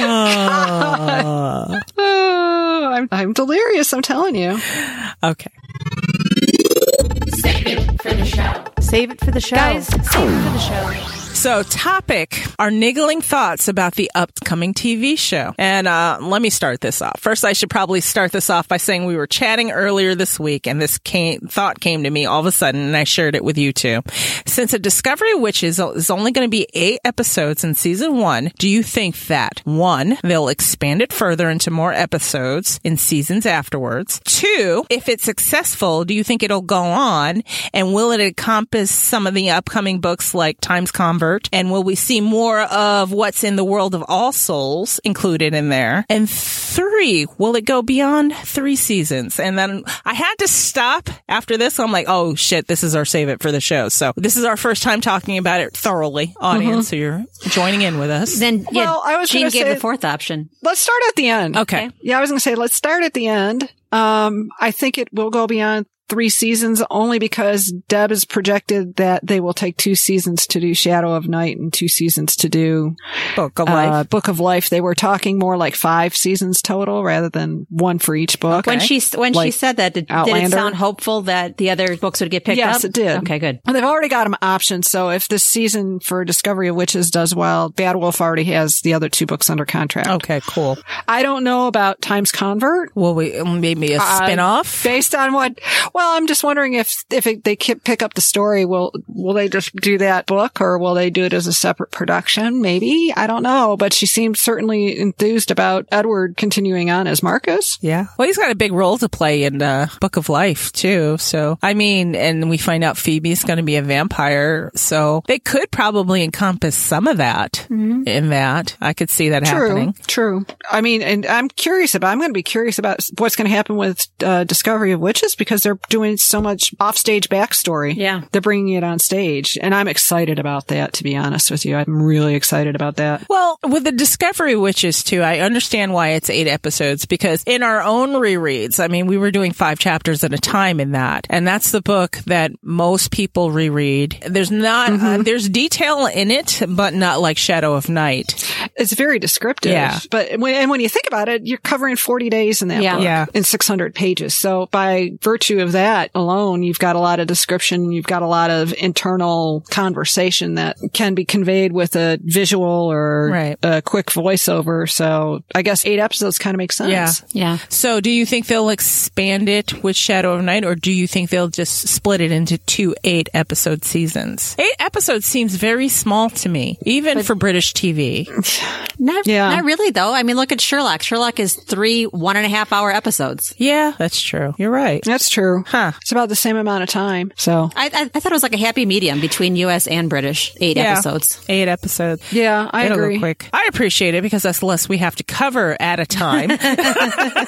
[SPEAKER 4] Oh, I'm, I'm delirious, I'm telling you.
[SPEAKER 2] Okay.
[SPEAKER 1] Save it for the show. Guys,
[SPEAKER 2] So, topic are niggling thoughts about the upcoming TV show. And uh, let me start this off. First, I should probably start this off by saying we were chatting earlier this week, and this came, thought came to me all of a sudden, and I shared it with you two. Since a Discovery of Witches is only going to be eight episodes in season one, do you think that one, they'll expand it further into more episodes in seasons afterwards? Two, if it's successful, do you think it'll go on, and will it encompass some of the upcoming books like Times Convert? And will we see more of what's in the world of All Souls included in there? And three, will it go beyond three seasons? And then I had to stop after this. I'm like, oh shit, this is our save it for the show. So this is our first time talking about it thoroughly, audience. So you're joining in with us.
[SPEAKER 1] then yeah,
[SPEAKER 4] Well, I was
[SPEAKER 1] Gene
[SPEAKER 4] gonna
[SPEAKER 1] gave
[SPEAKER 4] say-
[SPEAKER 1] the fourth option.
[SPEAKER 4] Let's start at the end.
[SPEAKER 2] Okay.
[SPEAKER 4] Yeah, I was going to say, let's start at the end. Um, I think it will go beyond three seasons only because Deb has projected that they will take two seasons to do Shadow of Night and two seasons to do
[SPEAKER 2] Book of
[SPEAKER 4] Uh,
[SPEAKER 2] Life.
[SPEAKER 4] Book of Life. They were talking more like five seasons total rather than one for each book.
[SPEAKER 1] When she when she
[SPEAKER 4] Like
[SPEAKER 1] said that, did, did it
[SPEAKER 4] Outlander?
[SPEAKER 1] sound hopeful that the other books would get picked up?
[SPEAKER 4] Yes, it did.
[SPEAKER 1] Okay, good.
[SPEAKER 4] And they've already got them options. So if this season for Discovery of Witches does well, Bad Wolf already has the other two books under contract.
[SPEAKER 2] okay, cool.
[SPEAKER 4] I don't know about Times Convert.
[SPEAKER 2] Will we maybe a
[SPEAKER 4] Uh,
[SPEAKER 2] spin off?
[SPEAKER 4] based on what well i'm just wondering if if it, they ki- pick up the story will will they just do that book or will they do it as a separate production maybe i don't know but she seemed certainly enthused about edward continuing on as marcus
[SPEAKER 2] Yeah. Well, he's got a big role to play in uh, Book of Life too. So, I mean, and we find out Phoebe's going to be a vampire, so they could probably encompass some of that in that. I could see that happening.
[SPEAKER 4] True. I mean, and I'm curious about, I'm going to be curious about what's going to happen with uh, Discovery of Witches because they're doing so much offstage backstory.
[SPEAKER 1] Yeah.
[SPEAKER 4] They're bringing it on stage. And I'm excited about that, to be honest with you. I'm really excited about that.
[SPEAKER 2] Well, with the Discovery Witches too, I understand why it's eight episodes because in our own rereads, I mean, we were doing five chapters at a time in that, and that's the book that most people reread. There's not, uh, there's detail in it, but not like Shadow of Night.
[SPEAKER 4] It's very descriptive.
[SPEAKER 2] Yeah.
[SPEAKER 4] But when, and when you think about it, you're covering 40 days in that
[SPEAKER 1] Yeah.
[SPEAKER 4] book
[SPEAKER 2] Yeah.
[SPEAKER 4] in 600 pages. So by virtue of that alone, you've got a lot of description. You've got a lot of internal conversation that can be conveyed with a visual or
[SPEAKER 2] Right.
[SPEAKER 4] a quick voiceover. So I guess eight episodes kind of makes sense.
[SPEAKER 2] Yeah.
[SPEAKER 1] Yeah.
[SPEAKER 2] So, do you think they'll expand it with Shadow of Night, or do you think they'll just split it into two eight episode seasons? Eight episodes seems very small to me, even for British TV.
[SPEAKER 1] Not,
[SPEAKER 4] Yeah.
[SPEAKER 1] not really though. I mean, look at Sherlock. Sherlock is three one and a half hour episodes.
[SPEAKER 2] Yeah, that's true. You're right.
[SPEAKER 4] That's true.
[SPEAKER 2] Huh.
[SPEAKER 4] It's about the same amount of time. So,
[SPEAKER 1] I, I, I thought it was like a happy medium between U.S. and British. Eight
[SPEAKER 2] Yeah.
[SPEAKER 1] episodes.
[SPEAKER 2] Eight episodes.
[SPEAKER 4] yeah, I
[SPEAKER 2] It'll
[SPEAKER 4] agree.
[SPEAKER 2] go quick. I appreciate it because that's less we have to cover at a time. it,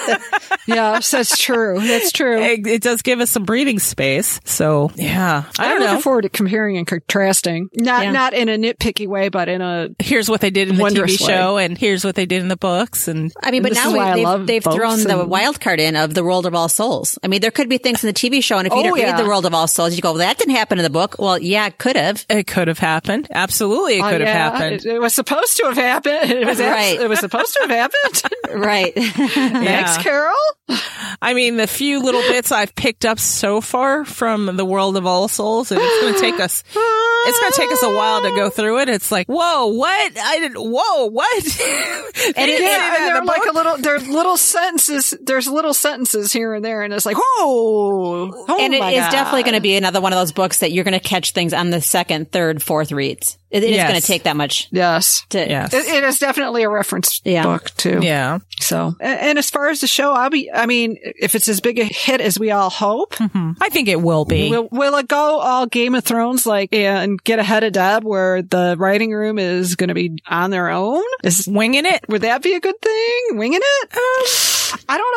[SPEAKER 4] Yeah, that's true. That's true.
[SPEAKER 2] it does give us some breathing space. So yeah, I
[SPEAKER 4] I'm
[SPEAKER 2] don't
[SPEAKER 4] looking
[SPEAKER 2] know.
[SPEAKER 4] forward to comparing and contrasting. Not
[SPEAKER 1] Yeah.
[SPEAKER 4] not in a nitpicky way, but in a
[SPEAKER 2] here's what they did in the
[SPEAKER 4] Wondrous
[SPEAKER 2] TV show, and here's what they did in the books, and
[SPEAKER 1] I mean, but
[SPEAKER 4] This
[SPEAKER 1] now
[SPEAKER 4] is
[SPEAKER 1] we,
[SPEAKER 4] why I love
[SPEAKER 1] they've, they've
[SPEAKER 4] books
[SPEAKER 1] thrown the
[SPEAKER 4] and-
[SPEAKER 1] wild card in of the world of all souls. I mean, there could be things in the TV show, and if you
[SPEAKER 4] Oh,
[SPEAKER 1] don't
[SPEAKER 4] yeah.
[SPEAKER 1] read the world of all souls, you go, well, that didn't happen in the book. Well, yeah, it could have.
[SPEAKER 2] it could have happened. Absolutely, it
[SPEAKER 4] Oh,
[SPEAKER 2] could have
[SPEAKER 4] yeah,
[SPEAKER 2] happened.
[SPEAKER 4] It, it was supposed to have happened. It was abs-
[SPEAKER 1] Right.
[SPEAKER 4] it was supposed to have happened.
[SPEAKER 1] Right.
[SPEAKER 4] Thanks,
[SPEAKER 2] Yeah.
[SPEAKER 4] Carol.
[SPEAKER 2] I mean, the few little bits I've picked up so far from the world of All Souls, and it's going to take us. It's going to take us a while to go through it. It's like, whoa, what? I didn't. Whoa, what? and
[SPEAKER 4] yeah, and they're like a little. They're little sentences. There's little sentences here and there, and it's like, whoa, oh
[SPEAKER 1] and it
[SPEAKER 4] my
[SPEAKER 1] is
[SPEAKER 4] God.
[SPEAKER 1] definitely going to be another one of those books that you're going to catch things on the second, third, fourth reads. It it is
[SPEAKER 2] Yes.
[SPEAKER 1] going to take that much
[SPEAKER 4] Yes,
[SPEAKER 1] to.
[SPEAKER 2] Yes.
[SPEAKER 4] it, it is definitely a reference
[SPEAKER 1] Yeah.
[SPEAKER 4] book too.
[SPEAKER 2] yeah.
[SPEAKER 4] So, and, and as far as the show, I'll be. I mean, if it's as big a hit as we all hope,
[SPEAKER 1] Mm-hmm.
[SPEAKER 2] I think it will be.
[SPEAKER 4] Will, will it go all Game of Thrones like and get ahead of Deb where the writing room is going to be on their own? Is
[SPEAKER 2] Winging it.
[SPEAKER 4] would that be a good thing? Winging it? Um, I don't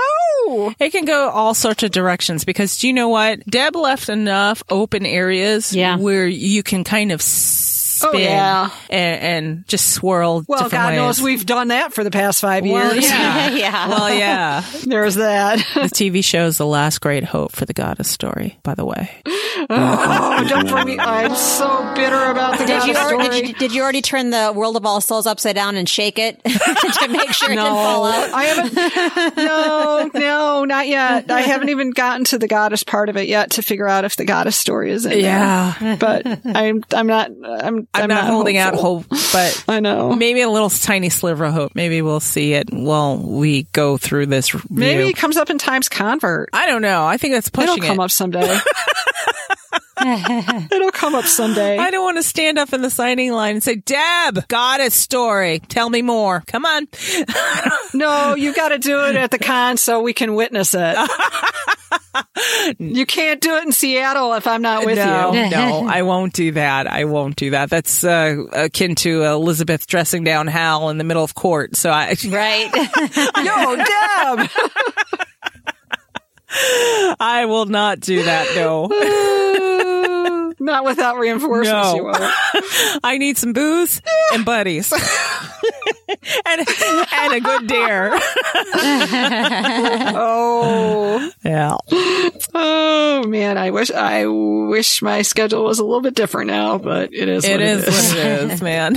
[SPEAKER 4] know.
[SPEAKER 2] It can go all sorts of directions because do you know what? Deb left enough open areas
[SPEAKER 1] Yeah.
[SPEAKER 2] where you can kind of spin
[SPEAKER 4] Oh, yeah.
[SPEAKER 2] and, and just swirl.
[SPEAKER 4] Well,
[SPEAKER 2] different
[SPEAKER 4] God
[SPEAKER 2] ways.
[SPEAKER 4] knows we've done that for the past five
[SPEAKER 2] Well,
[SPEAKER 4] years.
[SPEAKER 2] yeah.
[SPEAKER 1] Yeah.
[SPEAKER 2] well, yeah.
[SPEAKER 4] There's that.
[SPEAKER 2] The TV show is the last great hope for the goddess story, by the way.
[SPEAKER 4] Oh, don't bring me. I'm so bitter about the
[SPEAKER 1] Did
[SPEAKER 4] God
[SPEAKER 1] you,
[SPEAKER 4] story.
[SPEAKER 1] already, did, you, did you already turn the World of All Souls upside down and shake it to make sure it didn't fall out?
[SPEAKER 4] I haven't. No, no, not yet. I haven't even gotten to the goddess part of it yet to figure out if the goddess story is in there. but I'm I'm not I'm
[SPEAKER 2] I'm, not, holding
[SPEAKER 4] hopeful.
[SPEAKER 2] out hope, but
[SPEAKER 4] I know.
[SPEAKER 2] maybe a little tiny sliver of hope. Maybe we'll see it while we go through this review.
[SPEAKER 4] Maybe it comes up in Times Convert.
[SPEAKER 2] I don't know. I think that's
[SPEAKER 4] It'll
[SPEAKER 2] pushing
[SPEAKER 4] come
[SPEAKER 2] it.
[SPEAKER 4] up someday. It'll come up someday.
[SPEAKER 2] I don't want to stand up in the signing line and say, Deb, goddess story. Tell me more. Come on.
[SPEAKER 4] No, you got to do it at the con so we can witness it. you can't do it in Seattle if I'm not with
[SPEAKER 2] no,
[SPEAKER 4] you.
[SPEAKER 2] no, I won't do that. I won't do that. That's uh, akin to Elizabeth dressing down Hal in the middle of court. So I,
[SPEAKER 1] Right.
[SPEAKER 4] Yo, Deb.
[SPEAKER 2] I will not do that. No,
[SPEAKER 4] not without reinforcements.
[SPEAKER 2] No.
[SPEAKER 4] You won't.
[SPEAKER 2] I need some booze and buddies and and a good dare.
[SPEAKER 4] Oh,
[SPEAKER 2] Yeah.
[SPEAKER 4] oh man. I wish I wish my schedule was a little bit different now, but it is.
[SPEAKER 2] It
[SPEAKER 4] what
[SPEAKER 2] is what it is, man.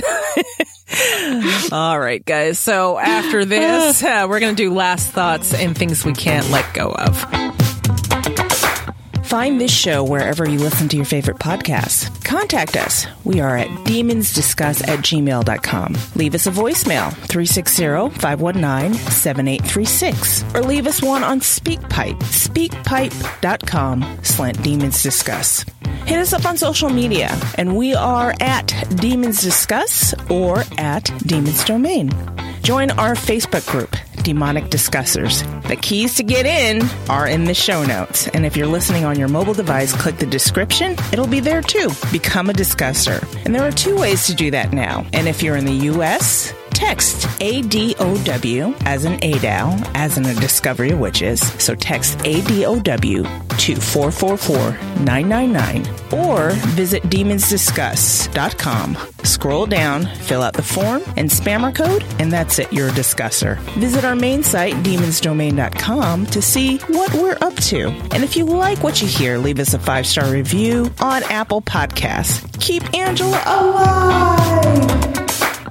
[SPEAKER 2] All right, guys. So after this, uh, we're going to do last thoughts and things we can't let go of.
[SPEAKER 5] Find this show wherever you listen to your favorite podcasts. Contact us. We are at demonsdiscuss at gmail.com. Leave us a voicemail, 360-519-7836. Or leave us one on SpeakPipe, speakpipe.com slant demons discuss. Hit us up on social media, and we are at Demons Discuss or at Demons Domain. Join our Facebook group, Demonic Discussers. The keys to get in are in the show notes. And if you're listening on your mobile device, click the description. It'll be there too. Become a discussor. And there are two ways to do that now. And if you're in the U.S., Text ADOW as an ADOW, as in a discovery of witches. So text ADOW to 444-999 or visit demonsdiscuss.com. Scroll down, fill out the form and spammer code, and that's it, you're a discusser. Visit our main site, demonsdomain.com, to see what we're up to. And if you like what you hear, leave us a five-star review on Apple Podcasts. Keep Angela alive!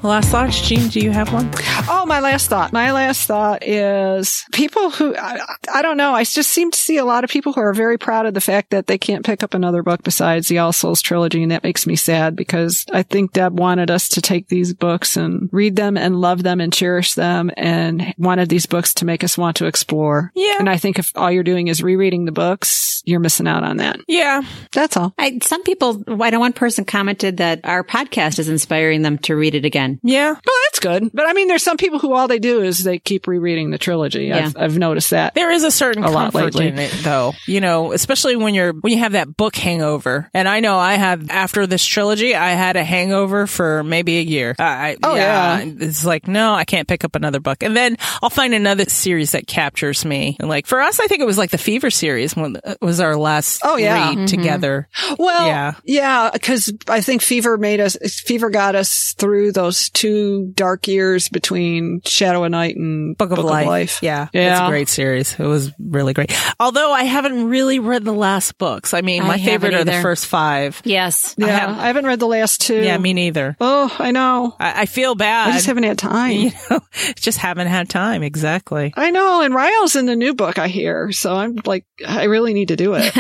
[SPEAKER 2] Last thoughts, Jean, do you have one?
[SPEAKER 4] Oh, my last thought. My last thought is people who, I, I don't know, I just seem to see a lot of people who are very proud of the fact that they can't pick up another book besides the All Souls trilogy. And that makes me sad because I think Deb wanted us to take these books and read them and love them and cherish them and wanted these books to make us want to explore.
[SPEAKER 2] Yeah.
[SPEAKER 4] And I think if all you're doing is rereading the books, you're missing out on that.
[SPEAKER 2] Yeah.
[SPEAKER 4] That's all.
[SPEAKER 1] I, some people, I know one person commented that our podcast is inspiring them to read it again.
[SPEAKER 2] Yeah.
[SPEAKER 4] Well, that's That's good. But I mean, there's some people who all they do is they keep rereading the trilogy. I've, I've noticed that.
[SPEAKER 2] There is a certain
[SPEAKER 4] A lot
[SPEAKER 2] comfort
[SPEAKER 4] lately.
[SPEAKER 2] in it, though. You know, especially when you're when you have that book hangover. And I know I have after this trilogy, I had a hangover for maybe a year. I, I-
[SPEAKER 4] Oh, yeah.
[SPEAKER 2] it's like no, I can't pick up another book. And then I'll find another series that captures me. And like for us, I think it was like the Fever series when uh, was our last
[SPEAKER 4] Oh, yeah.
[SPEAKER 2] read together.
[SPEAKER 4] Well,
[SPEAKER 2] Yeah.
[SPEAKER 4] yeah, because I think fever made us, fever got us through those two dark years between Shadow of Night and
[SPEAKER 2] Book of, Life. Yeah. It's a
[SPEAKER 4] Yeah.
[SPEAKER 2] great series. It was really great. Although I haven't really read the last books. I mean,
[SPEAKER 1] I
[SPEAKER 2] my
[SPEAKER 1] haven't
[SPEAKER 2] favorite are the
[SPEAKER 1] either.
[SPEAKER 2] first five.
[SPEAKER 1] Yes.
[SPEAKER 4] Yeah. I
[SPEAKER 2] haven't-
[SPEAKER 4] haven't, read the last two.
[SPEAKER 2] Yeah, me neither.
[SPEAKER 4] Oh, I know.
[SPEAKER 2] I, I feel bad.
[SPEAKER 4] I just haven't had time.
[SPEAKER 2] you know, just haven't had time. Exactly.
[SPEAKER 4] I know. And Ryle's in the new book, I hear. So I'm like, I really need to do it.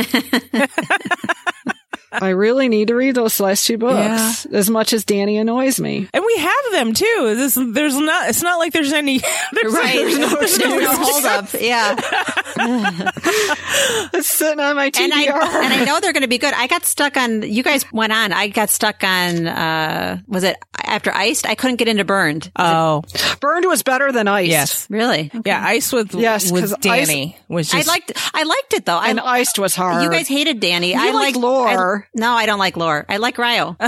[SPEAKER 4] I really need to read those last two books as much as Danny annoys me.
[SPEAKER 2] And we have them too. This, there's not. It's not like there's any. There's,
[SPEAKER 1] Right.
[SPEAKER 2] There's no,
[SPEAKER 1] There's no hold up. Yeah.
[SPEAKER 4] It's sitting on my TBR.
[SPEAKER 1] and I and I know they're going to be good. I got stuck on. You guys went on. I got stuck on. uh Was it after iced? I couldn't get into burned.
[SPEAKER 2] Oh
[SPEAKER 4] Burned was better than Ice.
[SPEAKER 2] yes,
[SPEAKER 1] Really?
[SPEAKER 2] yeah. Ice with
[SPEAKER 4] Yes,
[SPEAKER 2] with
[SPEAKER 4] 'cause
[SPEAKER 2] Danny was
[SPEAKER 1] I
[SPEAKER 2] just
[SPEAKER 1] liked. I liked it though. I,
[SPEAKER 4] And Iced was hard.
[SPEAKER 1] you guys hated Danny. I like
[SPEAKER 4] like Lore.
[SPEAKER 1] no, I don't like lore. I like Ryo.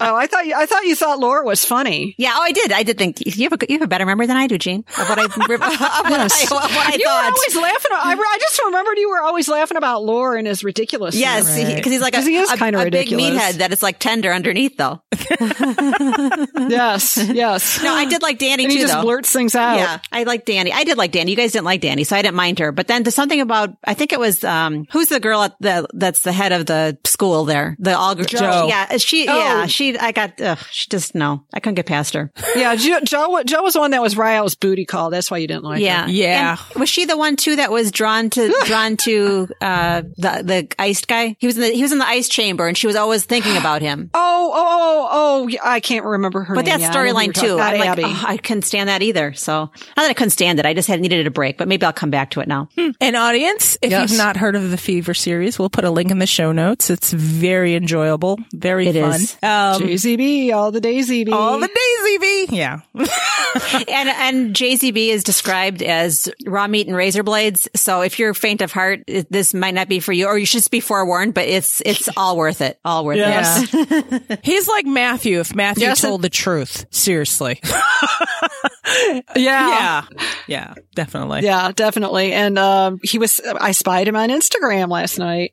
[SPEAKER 4] Oh, I thought you, I thought you thought Laura was funny.
[SPEAKER 1] yeah. Oh, I did. I did think you have a you have a better memory than I do, Gene. Of what I, of what I, of what I thought.
[SPEAKER 4] you were always laughing. I, I just remembered you were always laughing about Laura and his ridiculous.
[SPEAKER 1] Yes, because he's like a,
[SPEAKER 4] 'Cause he is
[SPEAKER 1] a-
[SPEAKER 4] kinda
[SPEAKER 1] a big
[SPEAKER 4] ridiculous.
[SPEAKER 1] meathead that it's like tender underneath, though.
[SPEAKER 4] yes, yes.
[SPEAKER 1] No, I did like Danny
[SPEAKER 4] and
[SPEAKER 1] too,
[SPEAKER 4] he just
[SPEAKER 1] though.
[SPEAKER 4] blurts things out.
[SPEAKER 1] Yeah, Oh, I like Danny. I did like Danny. You guys didn't like Danny, so I didn't mind her. But then there's something about I think it was um who's the girl at the that's the head of the school there, the Oh. all girl.
[SPEAKER 2] Jo.
[SPEAKER 1] Yeah, uh, she. Yeah, she. I got. Ugh, she just no. I couldn't get past her.
[SPEAKER 4] yeah. Joe, Joe, Joe was the one that was Ryle's booty call. That's why you didn't like.
[SPEAKER 1] Yeah,
[SPEAKER 4] her.
[SPEAKER 2] Yeah.
[SPEAKER 1] And was she the one too that was drawn to drawn to uh the the iced guy? He was in the he was in the ice chamber, and she was always thinking about him.
[SPEAKER 4] Oh, oh, oh, oh! yeah, I can't remember her.
[SPEAKER 1] But that
[SPEAKER 4] name. Yeah, I know who you're
[SPEAKER 1] storyline
[SPEAKER 4] talking
[SPEAKER 1] too,
[SPEAKER 4] about,
[SPEAKER 1] I'm like,
[SPEAKER 4] Abby.
[SPEAKER 1] ugh, I couldn't stand that either. So not that I couldn't stand it, I just had needed a break. But maybe I'll come back to it now.
[SPEAKER 2] an audience. If
[SPEAKER 4] Yes.
[SPEAKER 2] you've not heard of the Fever series, we'll put a link in the show notes. It's very enjoyable, very
[SPEAKER 1] It
[SPEAKER 2] fun.
[SPEAKER 1] is.
[SPEAKER 2] Um,
[SPEAKER 4] Daisy B, all the Daisy B,
[SPEAKER 2] all the Daisy V. Yeah,
[SPEAKER 1] And and JZB is described as raw meat and razor blades. So if you're faint of heart, it- this might not be for you, or you should just be forewarned. But it's it's all worth it. All worth it.
[SPEAKER 2] Yeah. He's like Matthew if Matthew
[SPEAKER 4] Yes,
[SPEAKER 2] told the truth. Seriously.
[SPEAKER 4] yeah,
[SPEAKER 2] Yeah. Yeah, definitely.
[SPEAKER 4] yeah, definitely. And um, he was. I spied him on Instagram last night.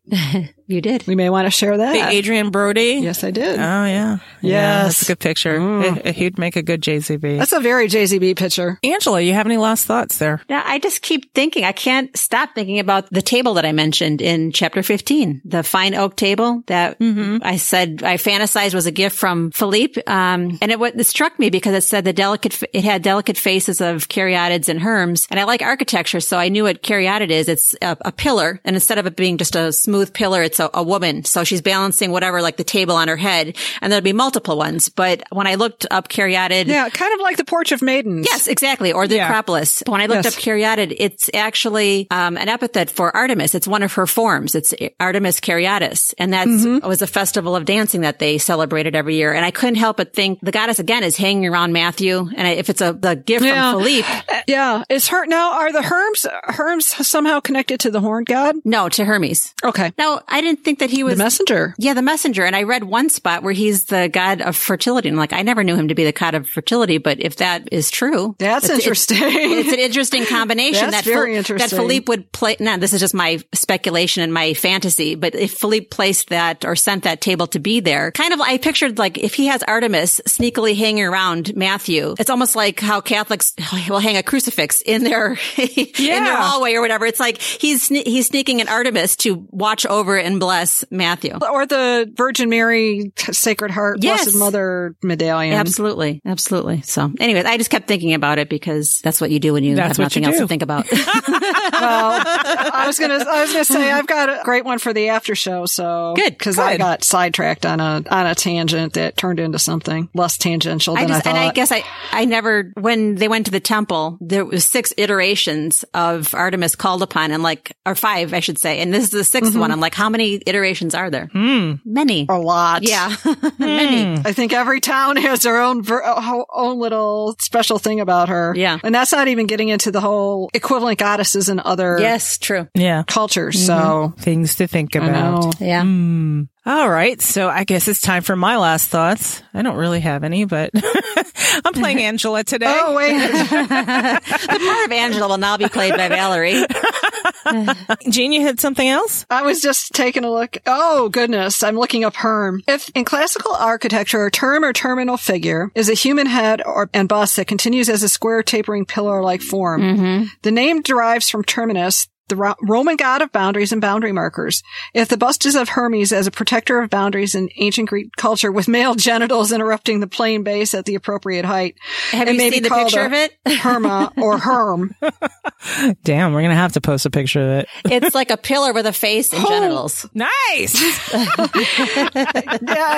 [SPEAKER 1] You did.
[SPEAKER 4] We may want to share that.
[SPEAKER 2] The Adrian Brody.
[SPEAKER 4] yes, I did.
[SPEAKER 2] Oh yeah. Yeah,
[SPEAKER 4] Yes.
[SPEAKER 2] that's a good picture. Eh, eh, He'd make a good JZB.
[SPEAKER 4] That's a very Daisy B picture.
[SPEAKER 2] Angela, you have any last thoughts there?
[SPEAKER 1] Now, I just keep thinking. I can't stop thinking about the table that I mentioned in chapter 15, the fine oak table that I said I fantasized was a gift from Philippe. Um, and it, what, it struck me because it said the delicate, f- it had delicate faces of caryatids and herms. And I like architecture. So I knew what caryatid is. It's a, a pillar. And instead of it being just a smooth pillar, it's a, a woman. So she's balancing whatever, like the table on her head. And there'll be multiple ones. But when I looked up caryatid,
[SPEAKER 4] Yeah, kind of like the Porch of Maidens.
[SPEAKER 1] Yes, exactly. Or the Acropolis. When I looked
[SPEAKER 4] Yes.
[SPEAKER 1] up Caryatid, it's actually um, an epithet for Artemis. It's one of her forms. It's Artemis Caryatidis. And that
[SPEAKER 4] Mm-hmm.
[SPEAKER 1] was a festival of dancing that they celebrated every year. And I couldn't help but think the goddess again is hanging around Matthew. And I- if it's a the gift
[SPEAKER 4] Yeah.
[SPEAKER 1] from Philippe,
[SPEAKER 4] Yeah, is her now? Are the Herms Herms somehow connected to the Horned God?
[SPEAKER 1] no, to Hermes.
[SPEAKER 4] Okay,
[SPEAKER 1] No, I didn't think that he
[SPEAKER 4] the
[SPEAKER 1] was.
[SPEAKER 4] messenger.
[SPEAKER 1] yeah, the messenger. And I read one spot where he's the god of fertility. And like, I never knew him to be the god of fertility, but if that is true,
[SPEAKER 4] That's
[SPEAKER 1] it's- it's-
[SPEAKER 4] interesting.
[SPEAKER 1] it's an interesting combination
[SPEAKER 4] That's
[SPEAKER 1] that Phil-
[SPEAKER 4] very interesting.
[SPEAKER 1] that Philippe would play. Now, this is just my speculation and my fantasy, but if Philippe placed that or sent that table to be there, kind of, I pictured like if he has Artemis sneakily hanging around Matthew, it's almost like how Catholics will hang a crucifix in their in their
[SPEAKER 2] Yeah.
[SPEAKER 1] hallway or whatever. It's like he's sne- he's sneaking an Artemis to watch over and bless Matthew.
[SPEAKER 2] Mm-hmm.
[SPEAKER 4] or the Virgin Mary Sacred Heart
[SPEAKER 1] Yes.
[SPEAKER 4] Blessed Mother medallion.
[SPEAKER 1] Absolutely, absolutely. So, anyways, I just kept thinking about it because that's what you do when you
[SPEAKER 2] That's
[SPEAKER 1] have
[SPEAKER 2] what
[SPEAKER 1] nothing
[SPEAKER 2] you
[SPEAKER 1] else
[SPEAKER 2] do.
[SPEAKER 1] to think about.
[SPEAKER 4] Well, I was gonna, I was gonna say I've got a great one for the after show. So
[SPEAKER 1] Good,
[SPEAKER 4] because I
[SPEAKER 2] good.
[SPEAKER 4] got sidetracked on a on a tangent that turned into something less tangential
[SPEAKER 1] I
[SPEAKER 4] than I
[SPEAKER 1] just
[SPEAKER 4] thought.
[SPEAKER 1] and I guess I I never when they went to the temple there was six iterations of Artemis called upon and like or five I should say and this is the 6th one I'm like how many many iterations are there? Many.
[SPEAKER 4] A lot.
[SPEAKER 1] Yeah. many.
[SPEAKER 4] I think every town has their own ver- uh, ho- own little special thing about her.
[SPEAKER 1] Yeah.
[SPEAKER 4] and that's not even getting into the whole equivalent goddesses in other
[SPEAKER 1] Yes, Mm-hmm. true.
[SPEAKER 2] Yeah.
[SPEAKER 4] cultures. So
[SPEAKER 2] Things to think
[SPEAKER 4] I know.
[SPEAKER 2] about.
[SPEAKER 1] Yeah.
[SPEAKER 2] All right. So I guess it's time for my last thoughts. I don't really have any, but I'm playing Angela today.
[SPEAKER 4] Oh wait,
[SPEAKER 1] the part of Angela will now be played by Valerie.
[SPEAKER 2] Jean, you had something else?
[SPEAKER 4] I was just taking a look. Oh goodness, I'm looking up Herm. If in classical architecture, a term or terminal figure is a human head or and bust that continues as a square, tapering pillar-like form,
[SPEAKER 1] Mm-hmm.
[SPEAKER 4] the name derives from terminus. The Ro- Roman god of boundaries and boundary markers. If the bust is of Hermes as a protector of boundaries in ancient Greek culture with male genitals interrupting the plane base at the appropriate height,
[SPEAKER 1] Have
[SPEAKER 4] it
[SPEAKER 1] you
[SPEAKER 4] may be
[SPEAKER 1] seen the
[SPEAKER 4] called
[SPEAKER 1] picture
[SPEAKER 4] a
[SPEAKER 1] of it?
[SPEAKER 4] Herma or Herm.
[SPEAKER 2] Damn, we're going to have to post a picture of it.
[SPEAKER 1] It's like a pillar with a face and genitals.
[SPEAKER 2] Nice.
[SPEAKER 4] yeah,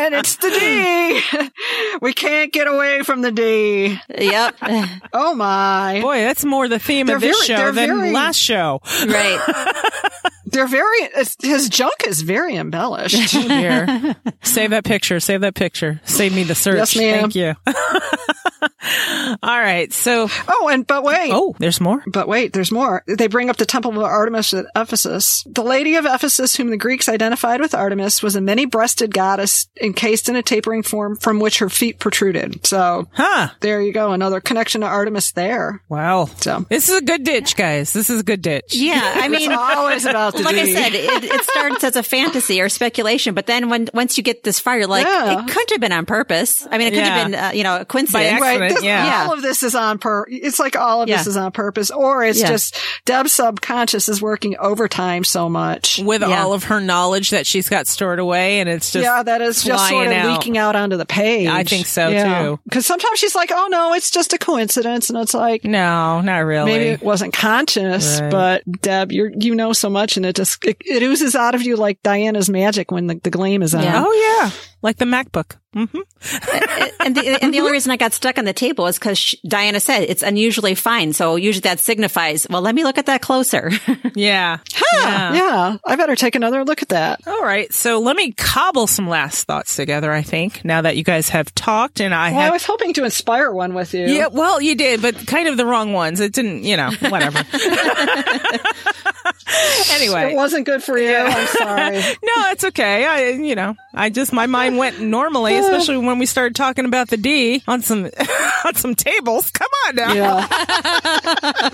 [SPEAKER 4] and it's the D. We can't get away from the D.
[SPEAKER 1] Yep.
[SPEAKER 4] Oh my.
[SPEAKER 2] Boy, that's more the theme
[SPEAKER 4] They're
[SPEAKER 2] of this
[SPEAKER 4] very-
[SPEAKER 2] show
[SPEAKER 4] they're
[SPEAKER 2] than
[SPEAKER 4] very-
[SPEAKER 2] last show.
[SPEAKER 1] Right.
[SPEAKER 4] They're very, it's- his junk is very embellished.
[SPEAKER 2] Oh, Here. Save that picture. Save that picture. Save me the search.
[SPEAKER 4] Yes, ma'am.
[SPEAKER 2] Thank you. All right. So,
[SPEAKER 4] oh, and, but wait.
[SPEAKER 2] oh, there's more.
[SPEAKER 4] But wait, there's more. They bring up the temple of Artemis at Ephesus. The lady of Ephesus, whom the Greeks identified with Artemis, was a many-breasted goddess encased in a tapering form from which her feet protruded. So
[SPEAKER 2] Huh.
[SPEAKER 4] there you go. Another connection to Artemis there.
[SPEAKER 2] Wow.
[SPEAKER 4] So.
[SPEAKER 2] This is a good ditch, guys. This is a good ditch.
[SPEAKER 1] Yeah. I
[SPEAKER 4] It's
[SPEAKER 1] mean,
[SPEAKER 4] always about the
[SPEAKER 1] like I
[SPEAKER 4] D.
[SPEAKER 1] said, it, it starts as a fantasy or speculation, but then when once you get this far, you're like,
[SPEAKER 4] Yeah.
[SPEAKER 1] it couldn't have been on purpose. I mean, it could
[SPEAKER 2] Yeah.
[SPEAKER 1] have been, uh, you know, a coincidence.
[SPEAKER 2] accident.
[SPEAKER 4] Right. This,
[SPEAKER 2] yeah.
[SPEAKER 4] All of this is on pur. It's like all of this
[SPEAKER 1] Yeah.
[SPEAKER 4] is on purpose, or it's
[SPEAKER 1] Yeah.
[SPEAKER 4] just Deb's subconscious is working overtime so much.
[SPEAKER 2] With
[SPEAKER 1] Yeah.
[SPEAKER 2] all of her knowledge that she's got stored away, and it's just
[SPEAKER 4] yeah, that is just sort of
[SPEAKER 2] flying out.
[SPEAKER 4] leaking out onto the page.
[SPEAKER 2] I think so, too.
[SPEAKER 4] Because sometimes she's like, "Oh no, it's just a coincidence," and it's like.
[SPEAKER 2] No, not really.
[SPEAKER 4] Maybe it wasn't conscious,
[SPEAKER 2] Right.
[SPEAKER 4] but Deb, you are you know so much, and it just it, it oozes out of you like Diana's magic when the, the gleam is on.
[SPEAKER 1] Yeah.
[SPEAKER 2] Oh yeah, like the MacBook. hmm
[SPEAKER 1] and the, and the only reason I got stuck on the table is because Diana said it's unusually fine. So usually that signifies, well, let me look at that closer.
[SPEAKER 2] Yeah.
[SPEAKER 4] Yeah, Oh, yeah, I better take another look at that.
[SPEAKER 2] All right. So let me cobble some last thoughts together. I think now that you guys have talked and I
[SPEAKER 4] Well, Oh, I
[SPEAKER 2] have.
[SPEAKER 4] was hoping to inspire one with you.
[SPEAKER 2] Yeah, well, you did, but kind of the wrong ones. It didn't, you know, whatever. anyway,
[SPEAKER 4] It wasn't good for you. I'm sorry.
[SPEAKER 2] no, it's okay. I, you know, I just my mind went normally, especially when we started talking about the D on some on some tables. Come on now.
[SPEAKER 4] Yeah.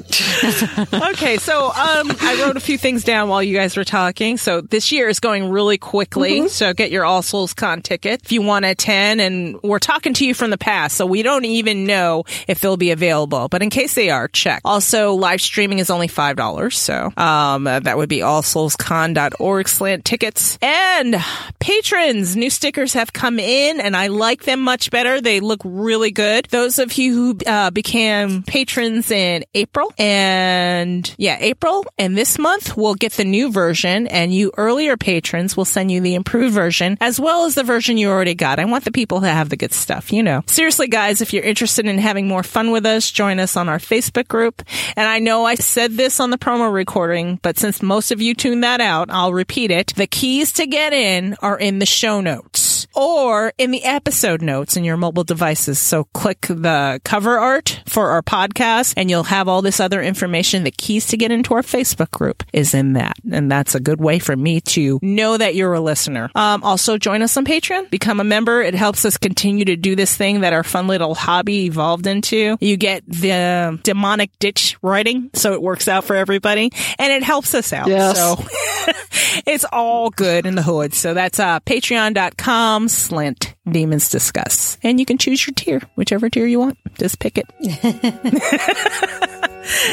[SPEAKER 2] okay, so um, I wrote a few things down while you guys were talking. So this year is going really quickly. So get your All Souls Con ticket if you want to attend. And we're talking to you from the past, so we don't even know if they'll be available. But in case they are, check. Also, live streaming is only five dollars, so um, uh, that would be allsoulscon.org slant tickets. And patrons, new stickers have come in, and I like them much better. They look really good. Those of you who uh, became patrons in April and yeah, April and this month we'll get the new version and you earlier patrons will send you the improved version as well as the version you already got. I want the people to have the good stuff, you know. Seriously guys, if you're interested in having more fun with us, join us on our Facebook group. And I know I said this on the promo recording, but since most of you tuned that out, I'll repeat it. The keys to get in are in the show notes or in the episode notes in your mobile devices. So click the cover art for our podcast and you'll have all this other information. The keys to get into our Facebook group is in that. And that's a good way for me to know that you're a listener. Um, also join us on Patreon, become a member. It helps us continue to do this thing that our fun little hobby evolved into. You get the demonic ditch writing. So it works out for everybody and it helps us out.
[SPEAKER 4] Yes.
[SPEAKER 2] So it's all good in the hood. So that's uh, patreon.com slant demons discuss. And you can choose your tier, whichever tier you want. Just pick it.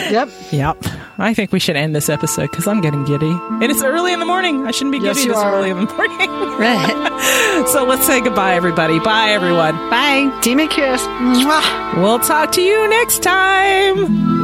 [SPEAKER 4] Yep.
[SPEAKER 2] Yep. I think we should end this episode because I'm getting giddy. And it's early in the morning. I shouldn't be
[SPEAKER 4] Yes,
[SPEAKER 2] giddy
[SPEAKER 4] you
[SPEAKER 2] this
[SPEAKER 4] are.
[SPEAKER 2] early in the morning. so let's say goodbye, everybody. Bye, everyone.
[SPEAKER 1] Bye.
[SPEAKER 4] Demon kiss. Mwah.
[SPEAKER 2] We'll talk to you next time.